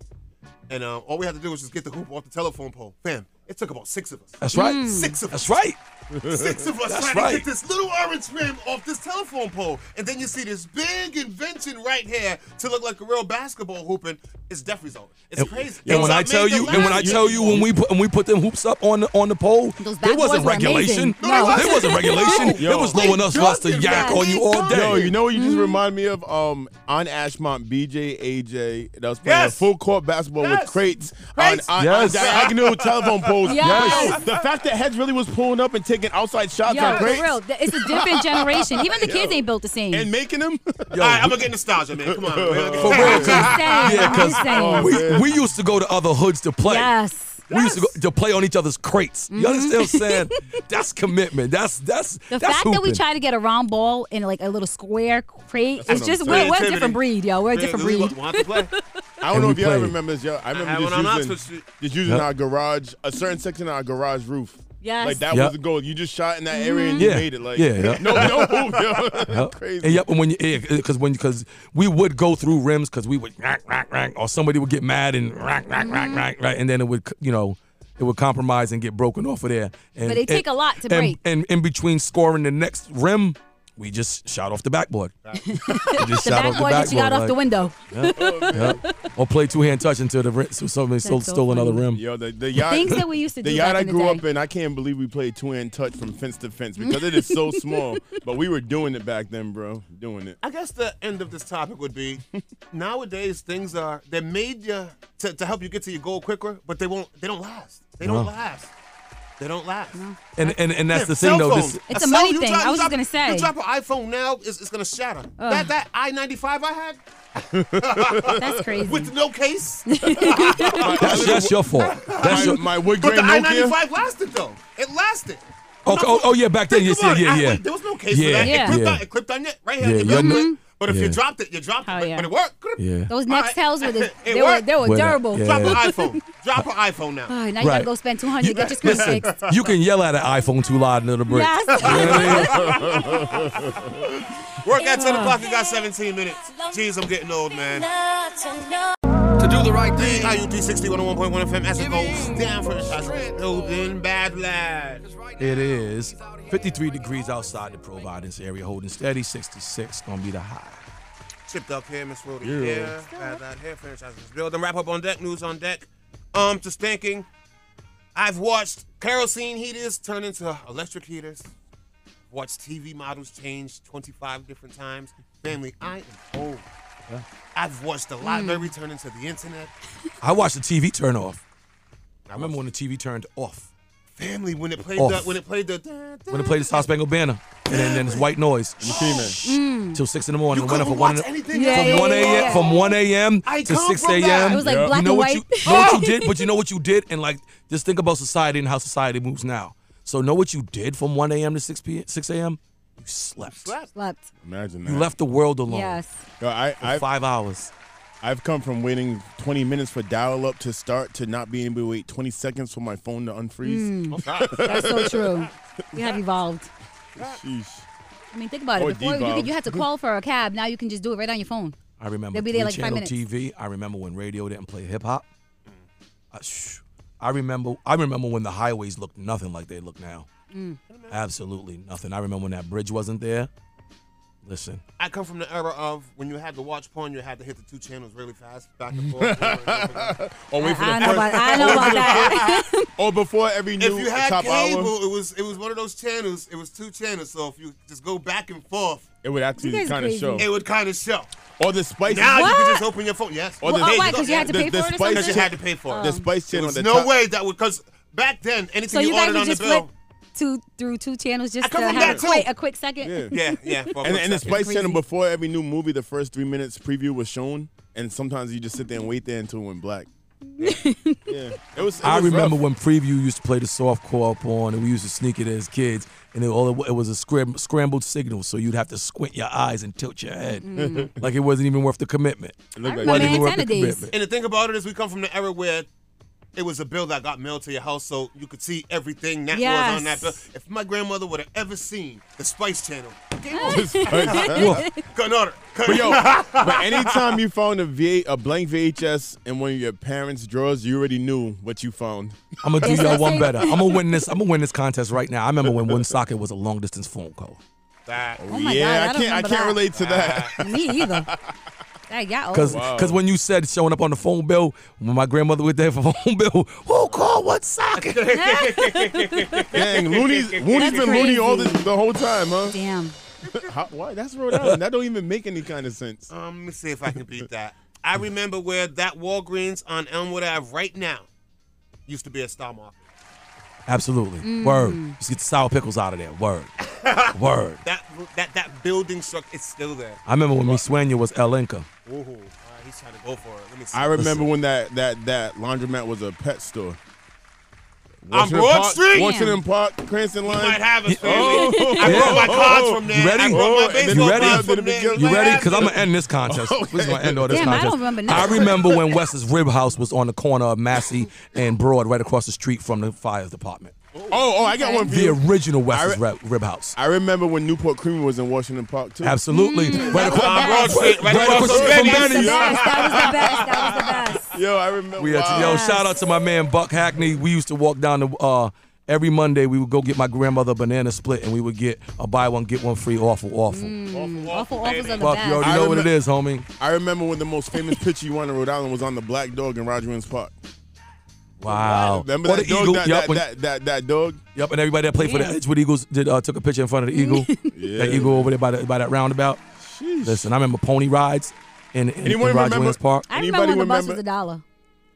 Speaker 5: and um, all we had to do was just get the hoop off the telephone pole. Fam, it took about six of us.
Speaker 9: That's right.
Speaker 14: Mm.
Speaker 5: Six of us.
Speaker 9: That's right.
Speaker 5: Six of us
Speaker 9: That's
Speaker 5: trying to
Speaker 9: right.
Speaker 5: get this little orange rim off this telephone pole, and then you see this big invention right here to look like a real basketball hooping. It's death result. It's crazy.
Speaker 9: And when I tell you, and when I tell you, when we put when we put them hoops up on the on the pole,
Speaker 14: Those
Speaker 9: there wasn't
Speaker 14: backboards were amazing.
Speaker 9: regulation.
Speaker 14: No, No.
Speaker 9: there wasn't regulation.
Speaker 10: Yo.
Speaker 9: It was low enough for us to
Speaker 5: They
Speaker 9: yak on you all
Speaker 5: dunked.
Speaker 9: day.
Speaker 10: Yo, you know what you just remind me of? Um, on Ashmont, BJ, AJ, that was playing
Speaker 5: Yes.
Speaker 10: a full court basketball
Speaker 5: Yes.
Speaker 10: with crates,
Speaker 5: Crates.
Speaker 10: on, on,
Speaker 9: Yes.
Speaker 10: on diagonal telephone pulls.
Speaker 14: Yes.
Speaker 10: The fact that heads really was pulling up and taking outside shots
Speaker 14: Yo,
Speaker 10: on
Speaker 14: for
Speaker 10: great.
Speaker 14: real, th- it's a different generation. Even the kids ain't built the same.
Speaker 10: And making them?
Speaker 9: Yo, All right,
Speaker 5: I'm gonna get nostalgia, man. Come on.
Speaker 9: For real,
Speaker 14: Just
Speaker 9: cause,
Speaker 14: saying,
Speaker 9: yeah,
Speaker 14: just saying.
Speaker 9: because we, we used to go to other hoods to play.
Speaker 14: Yes. Mm-hmm.
Speaker 9: We used to, go, to play on each other's crates. You understand what I'm saying? That's commitment. That's that's
Speaker 14: The
Speaker 9: that's
Speaker 14: fact that we
Speaker 9: hooping.
Speaker 14: try to get a round ball in like a little square crate, it's
Speaker 9: That's what I'm
Speaker 14: just we're, we're a
Speaker 9: saying.
Speaker 14: different breed, yo. We're a
Speaker 10: Yeah,
Speaker 14: different
Speaker 10: we
Speaker 14: breed.
Speaker 5: Want to play?
Speaker 10: I don't
Speaker 9: And
Speaker 10: know
Speaker 9: we
Speaker 10: if y'all
Speaker 9: played.
Speaker 10: remember this. Yo, I
Speaker 5: had
Speaker 10: remember
Speaker 5: one on
Speaker 10: just
Speaker 5: Oxford
Speaker 10: using,
Speaker 5: Street.
Speaker 10: just using
Speaker 9: Yep.
Speaker 10: our garage, a certain section of our garage roof.
Speaker 14: Yes. Mm-hmm.
Speaker 10: Like that
Speaker 9: Yep.
Speaker 10: was the goal. You just shot in that area and you
Speaker 9: Yeah.
Speaker 10: made it. Like
Speaker 9: Yeah, yeah.
Speaker 10: no, no, yo.
Speaker 9: Yep.
Speaker 10: Crazy.
Speaker 9: And yep, and when you because when because we would go through rims because we would rack rack rack or somebody would get mad and rack rack
Speaker 14: Mm-hmm.
Speaker 9: rack rack right, and then it would you know it would compromise and get broken off of there. And,
Speaker 14: But it take
Speaker 9: and-
Speaker 14: a lot to
Speaker 9: and-
Speaker 14: break.
Speaker 9: And in between scoring the next rim, we just shot off the backboard. We just
Speaker 14: the
Speaker 9: shot off
Speaker 14: backboard that you got off the
Speaker 9: like-
Speaker 14: window.
Speaker 9: Yeah, yeah. Or play two hand touch until the rim, so somebody stole,
Speaker 14: That's so
Speaker 9: stole another
Speaker 14: funny.
Speaker 9: rim.
Speaker 10: Yo, the, the yacht,
Speaker 14: things that we used to
Speaker 10: the
Speaker 14: do
Speaker 10: yacht
Speaker 14: back
Speaker 10: I
Speaker 14: in the
Speaker 10: grew
Speaker 14: day.
Speaker 10: up in, I can't believe we played two hand touch from fence to fence because it is so small. But we were doing it back then, bro. Doing it.
Speaker 5: I guess the end of this topic would be nowadays things are they're made you to, to help you get to your goal quicker, but they won't they don't last. They don't
Speaker 9: No.
Speaker 5: last. They don't last.
Speaker 9: And and and that's the
Speaker 5: Cell
Speaker 9: thing though.
Speaker 5: phones.
Speaker 9: This,
Speaker 14: It's
Speaker 5: cell-
Speaker 14: a money
Speaker 5: you
Speaker 14: thing.
Speaker 5: drop-
Speaker 14: I was
Speaker 5: you
Speaker 14: just
Speaker 5: drop-
Speaker 14: gonna say.
Speaker 5: You drop an iPhone now, it's, it's gonna shatter.
Speaker 14: Ugh.
Speaker 5: That that I ninety five I had.
Speaker 14: That's crazy.
Speaker 5: With no case.
Speaker 9: that's, that's your fault. That's your,
Speaker 10: my wood
Speaker 5: But
Speaker 10: grain
Speaker 5: the I ninety
Speaker 10: Nokia.
Speaker 5: five lasted though. It lasted.
Speaker 9: Oh, oh, oh, yeah, back then, yes,
Speaker 5: Come
Speaker 9: yeah,
Speaker 5: on,
Speaker 9: yeah,
Speaker 5: I-
Speaker 9: yeah.
Speaker 5: wait, there was no case
Speaker 9: Yeah,
Speaker 5: for that.
Speaker 9: yeah.
Speaker 5: It, clipped
Speaker 9: Yeah.
Speaker 5: on, it clipped on it right here.
Speaker 9: Yeah,
Speaker 5: it
Speaker 9: you're
Speaker 5: clipped
Speaker 9: not-
Speaker 5: on it. But if
Speaker 9: Yeah.
Speaker 5: you dropped it, you dropped it.
Speaker 14: Oh,
Speaker 5: but,
Speaker 14: yeah.
Speaker 5: but it worked. It,
Speaker 9: yeah.
Speaker 14: Those Nextels were the, they were
Speaker 5: worked.
Speaker 14: they were
Speaker 9: Well,
Speaker 14: durable.
Speaker 9: yeah.
Speaker 5: Drop an iPhone. Drop an iPhone now.
Speaker 14: Oh, now you gotta
Speaker 9: Right.
Speaker 14: go spend two hundred. Get your screen
Speaker 9: Listen,
Speaker 14: fixed.
Speaker 9: you can yell at an iPhone too loud and it'll break.
Speaker 14: Yes.
Speaker 9: You know what I mean?
Speaker 5: Work at 10 o'clock, you got 17 minutes. Jeez, I'm getting old, man.
Speaker 6: To do the right
Speaker 5: thing. IU 360 101.1 FM as it goes down for the building bad lad.
Speaker 9: It is 53 degrees outside the Providence area, holding steady. 66 gonna be the high.
Speaker 5: Chipped up here, Miss Roddy.
Speaker 9: Yeah.
Speaker 5: Yeah, bad lad here, franchises building. Wrap up on deck, news on deck. Um, to stinking. I've watched kerosene heaters turn into electric heaters. Watched TV models change 25 different times. Family, I am old. I've watched the library turn into the internet.
Speaker 9: I watched the TV turn off. I remember when the TV turned off.
Speaker 5: Family, when it played
Speaker 9: Off.
Speaker 5: the when it played the
Speaker 9: When they played the South Spangled Banner, and then, then it's white noise
Speaker 14: Mm.
Speaker 9: till six in the morning.
Speaker 5: You
Speaker 9: It went up
Speaker 5: couldn't
Speaker 9: from one
Speaker 5: watch
Speaker 9: in-
Speaker 5: anything
Speaker 14: Yeah,
Speaker 9: from
Speaker 14: yeah,
Speaker 9: one
Speaker 14: yeah,
Speaker 9: a.m.
Speaker 14: yeah.
Speaker 9: from one a.m.
Speaker 5: I
Speaker 9: to
Speaker 5: come
Speaker 9: six
Speaker 5: from that.
Speaker 9: a.m.
Speaker 14: It was like
Speaker 9: you
Speaker 14: black
Speaker 9: know
Speaker 14: and
Speaker 9: what you
Speaker 14: white.
Speaker 9: know what you did, but you know what you did, and like just think about society and how society moves now. So know what you did from one a.m. to six p.m. six a.m. You slept.
Speaker 14: Slept.
Speaker 10: Imagine that.
Speaker 9: You left the world alone
Speaker 14: Yes.
Speaker 10: Yo, I,
Speaker 9: for
Speaker 10: I,
Speaker 9: five hours.
Speaker 10: I've come from waiting 20 minutes for dial up to start to not being able to wait 20 seconds for my phone to
Speaker 14: Mm.
Speaker 10: unfreeze.
Speaker 14: That's so true. We have evolved.
Speaker 10: Sheesh.
Speaker 14: I mean, think about it.
Speaker 10: Or
Speaker 14: Before you, could,
Speaker 10: devolved.
Speaker 14: you had to call for a cab. Now you can just do it right on your phone.
Speaker 9: I remember
Speaker 14: They'll be there like five
Speaker 9: channel
Speaker 14: minutes.
Speaker 9: TV. I remember when radio didn't play hip hop. I, shh. I remember. I remember when the highways looked nothing like they look now.
Speaker 14: Mm.
Speaker 9: Absolutely nothing. I remember when that bridge wasn't there. Listen,
Speaker 5: I come from the era of when you had to watch porn, you had to hit the two channels really fast, back and forth.
Speaker 10: Or wait for the
Speaker 14: I know
Speaker 10: first-
Speaker 14: about, I know about that.
Speaker 10: Or before every new
Speaker 5: if you had
Speaker 10: top
Speaker 5: cable,
Speaker 10: hour,
Speaker 5: it was it was one of those channels. It was two channels, so if you just go back and forth,
Speaker 10: it would
Speaker 14: You
Speaker 10: actually
Speaker 14: guys
Speaker 10: kind of
Speaker 14: crazy.
Speaker 10: show.
Speaker 5: it would kind of show.
Speaker 10: Or the spice.
Speaker 5: Now you
Speaker 14: What?
Speaker 5: can just open your phone. Yes,
Speaker 10: Or the-
Speaker 14: Well, oh,
Speaker 10: There
Speaker 14: why?
Speaker 10: you go.
Speaker 14: Because you had to
Speaker 10: The-
Speaker 14: pay
Speaker 10: the
Speaker 14: for it or
Speaker 10: spice
Speaker 5: because you
Speaker 14: something?
Speaker 5: had to pay for it.
Speaker 10: the spice
Speaker 5: There
Speaker 10: channel
Speaker 5: was
Speaker 10: at the
Speaker 5: no
Speaker 10: top.
Speaker 5: way that would because back then anything
Speaker 14: So
Speaker 5: you,
Speaker 14: you guys
Speaker 5: ordered
Speaker 14: would
Speaker 5: on the
Speaker 14: just
Speaker 5: bill.
Speaker 14: flip two through two channels
Speaker 5: I
Speaker 14: just to
Speaker 5: come from
Speaker 14: have a
Speaker 5: that
Speaker 14: quick,
Speaker 5: too.
Speaker 14: a quick second.
Speaker 10: Yeah.
Speaker 5: Yeah, yeah. for a quick
Speaker 10: And, and the
Speaker 5: second.
Speaker 10: Spice
Speaker 14: Crazy.
Speaker 10: Channel before every new movie, the first three minutes preview was shown, and sometimes you just sit there and wait there until it went black. yeah, it was. It
Speaker 9: I
Speaker 10: was
Speaker 9: remember
Speaker 10: rough.
Speaker 9: when Preview used to play the soft core porn, and we used to sneak it as kids. And it, all it, wa- it was a scram, scrambled signal, so you'd have to squint your eyes and tilt your head,
Speaker 10: Mm-hmm.
Speaker 9: like it wasn't even worth the commitment.
Speaker 10: It looked
Speaker 14: I
Speaker 10: like-
Speaker 14: remember
Speaker 9: Wasn't even worth the
Speaker 14: antenna days.
Speaker 9: commitment.
Speaker 5: And the thing about it is, we come from the era where it was a bill that got mailed to your house, so you could see everything that was on that
Speaker 14: Yes.
Speaker 5: bill. If my grandmother would have ever seen the Spice Channel, game over.
Speaker 9: Well,
Speaker 5: Cut order. Cut
Speaker 10: But yo, but anytime you found a V a blank VHS in one of your parents' drawers, you already knew what you found.
Speaker 9: I'm gonna do
Speaker 14: It's
Speaker 9: y'all
Speaker 14: the
Speaker 9: one
Speaker 14: same-
Speaker 9: better. I'm gonna win this. I'm gonna win this contest right now. I remember when one socket was a long distance phone call
Speaker 5: that.
Speaker 14: Oh my
Speaker 10: yeah,
Speaker 14: God, I don't
Speaker 10: I can't. I
Speaker 14: remember
Speaker 10: can't
Speaker 14: that.
Speaker 10: relate to that.
Speaker 14: Me either. That oh, got old.
Speaker 9: because
Speaker 10: Wow.
Speaker 9: when you said showing up on the phone bill when my grandmother was there for phone bill, who called what socket?
Speaker 10: Dang, Looney's Looney's
Speaker 14: That's
Speaker 10: been Looney all
Speaker 14: crazy.
Speaker 10: this the whole time, huh?
Speaker 14: Damn.
Speaker 10: How, why? That's Rhode Island. That don't even make any kind of sense.
Speaker 5: Um, let me see if I can beat that. I remember where that Walgreens on Elmwood Ave right now used to be a Star Market.
Speaker 9: Absolutely.
Speaker 5: Mm.
Speaker 9: Word. Just get the sour pickles out of there. Word. Word.
Speaker 5: That that that building structure is still there.
Speaker 9: I remember when Miss Sueña was Elenka.
Speaker 5: Ooh, all right, he's trying to go for it. Let me see.
Speaker 10: I remember when that that that laundromat was a pet store.
Speaker 5: On
Speaker 10: Washington
Speaker 5: Broad
Speaker 10: Park-
Speaker 5: Street?
Speaker 10: Washington Park, Cranston line.
Speaker 5: might have us, family.
Speaker 10: Oh,
Speaker 5: I brought my
Speaker 10: oh,
Speaker 5: cards
Speaker 10: oh.
Speaker 5: from there. You ready? I brought my baseball
Speaker 9: You ready?
Speaker 5: cards from there.
Speaker 9: You
Speaker 5: Like,
Speaker 9: ready? Because I'm gonna end this contest.
Speaker 10: Oh,
Speaker 9: We're just gonna end all this
Speaker 14: Damn, I don't
Speaker 9: contest.
Speaker 14: remember nothing.
Speaker 9: remember when Wes's Rib House was on the corner of Massey and Broad, right across the street from the fire department.
Speaker 10: Oh, oh, I got one for
Speaker 9: The
Speaker 10: you.
Speaker 9: original Wes's Rib, Rib House.
Speaker 10: I remember when Newport Creamery was in Washington Park too.
Speaker 9: Absolutely.
Speaker 14: Mm.
Speaker 9: Right across,
Speaker 10: That
Speaker 9: right,
Speaker 10: was the best.
Speaker 9: right
Speaker 10: That
Speaker 9: across
Speaker 10: was
Speaker 9: the
Speaker 10: the
Speaker 9: street from
Speaker 10: best.
Speaker 9: Benny's.
Speaker 10: That was the best.
Speaker 14: Yo,
Speaker 10: I remember.
Speaker 9: We had to, yo, shout out to my man Buck Hackney. We used to walk down to uh, every Monday. We would go get my grandmother a banana split, and we would get a buy one get one free. Awful, awful.
Speaker 14: Mm, Awful offers are the
Speaker 9: Buck,
Speaker 14: best.
Speaker 9: you already know what it is, homie.
Speaker 10: I remember when the most famous pitcher you won in Rhode Island was on the Black Dog in Roger Williams Park.
Speaker 9: Wow.
Speaker 10: Remember
Speaker 9: Or
Speaker 10: that
Speaker 9: the
Speaker 10: dog?
Speaker 9: Eagle.
Speaker 10: That,
Speaker 9: Yup,
Speaker 10: that,
Speaker 9: when-
Speaker 10: that, that, that dog?
Speaker 9: Yep, and everybody that played for the
Speaker 10: Damn.
Speaker 9: Edgewood Eagles did uh, took a picture in front of the Eagle. That Eagle over there by, the, by that roundabout. Listen, I remember pony rides in, in, in
Speaker 10: Anyone
Speaker 9: Roger
Speaker 10: remember-
Speaker 9: Williams Park.
Speaker 14: I remember when the bus was a dollar.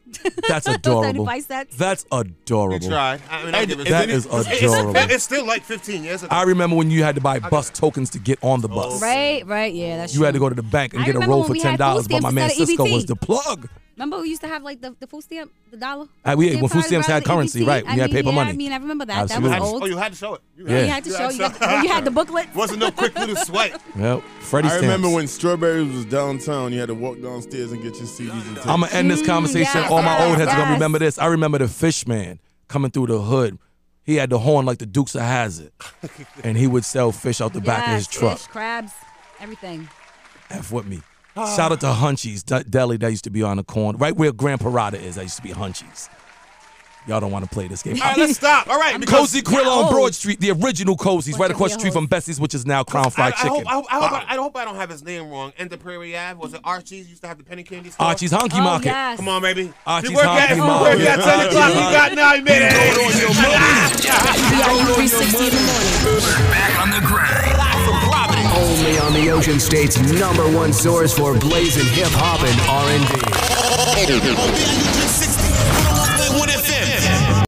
Speaker 9: That's
Speaker 14: 75
Speaker 9: adorable.
Speaker 14: cents.
Speaker 9: That's adorable.
Speaker 5: You tried. I mean, I'll give it to
Speaker 9: that
Speaker 5: you.
Speaker 9: is
Speaker 5: It's- it's-
Speaker 9: adorable.
Speaker 5: It's, still like 15 years ago.
Speaker 9: I remember when you had to buy bus tokens to get on the bus.
Speaker 14: Right, right, yeah, that's
Speaker 9: You had to go to the bank and
Speaker 14: Oh. I
Speaker 9: get a
Speaker 14: remember
Speaker 9: roll
Speaker 14: when
Speaker 9: for
Speaker 14: we had
Speaker 9: ten
Speaker 14: food
Speaker 9: dollars, but
Speaker 14: stamps
Speaker 9: my man
Speaker 14: instead of E
Speaker 9: Cisco
Speaker 14: EBT.
Speaker 9: was the plug.
Speaker 14: Remember we used to have like the, the food stamp, the dollar.
Speaker 9: Uh, we-
Speaker 14: Stamp
Speaker 9: well, food
Speaker 14: card
Speaker 9: stamps
Speaker 14: rather
Speaker 9: had
Speaker 14: than
Speaker 9: currency,
Speaker 14: EBT.
Speaker 9: right,
Speaker 14: I
Speaker 9: you had
Speaker 14: mean,
Speaker 9: paper
Speaker 14: yeah,
Speaker 9: money.
Speaker 14: I mean, I remember that. That was
Speaker 9: Absolutely.
Speaker 14: old.
Speaker 5: Oh, you had to show it. You
Speaker 9: Yeah.
Speaker 14: You had to show. You, got- you had the booklet.
Speaker 5: Wasn't no quick little swipe.
Speaker 9: Yep. Freddie
Speaker 10: I
Speaker 9: stamps.
Speaker 10: remember when Strawberries was downtown. You had to walk downstairs and get your CDs. And tapes.
Speaker 9: I'm gonna end
Speaker 14: Mm,
Speaker 9: this conversation.
Speaker 10: yes,
Speaker 9: All my old heads are gonna
Speaker 10: yes.
Speaker 9: remember this. I remember the fish man coming through the hood. He had the horn like the Dukes of Hazard, and he would sell fish out the back of his
Speaker 14: Yes,
Speaker 9: truck.
Speaker 14: Fish, crabs, everything.
Speaker 9: F with me. Shout out to Hunchies D- Deli that used to be on the corner, right where Grand Parada is. That used to be Hunchies. Y'all don't want to play this game.
Speaker 5: All right, let's stop. All right. because-
Speaker 9: Cozy Grill
Speaker 5: Oh.
Speaker 9: on Broad Street, the original Cozy's, right across the street from Bessie's, which is now Crown
Speaker 5: I, I
Speaker 9: Fried
Speaker 5: hope,
Speaker 9: Chicken.
Speaker 5: I, hope, I, hope, I, hope I don't have his name wrong. And the Prairie Ave. Was it Archie's? Used to have the penny candy store?
Speaker 9: Archie's Honky Oh, Market. yes.
Speaker 5: Come on, baby.
Speaker 9: Archie's
Speaker 5: we work
Speaker 9: Honky
Speaker 5: at, we
Speaker 9: Market.
Speaker 5: work at 10 o'clock. We got 9 minutes.
Speaker 4: Back on the grind.
Speaker 7: Only on the Ocean State's number one source for blazing hip hop and R&B.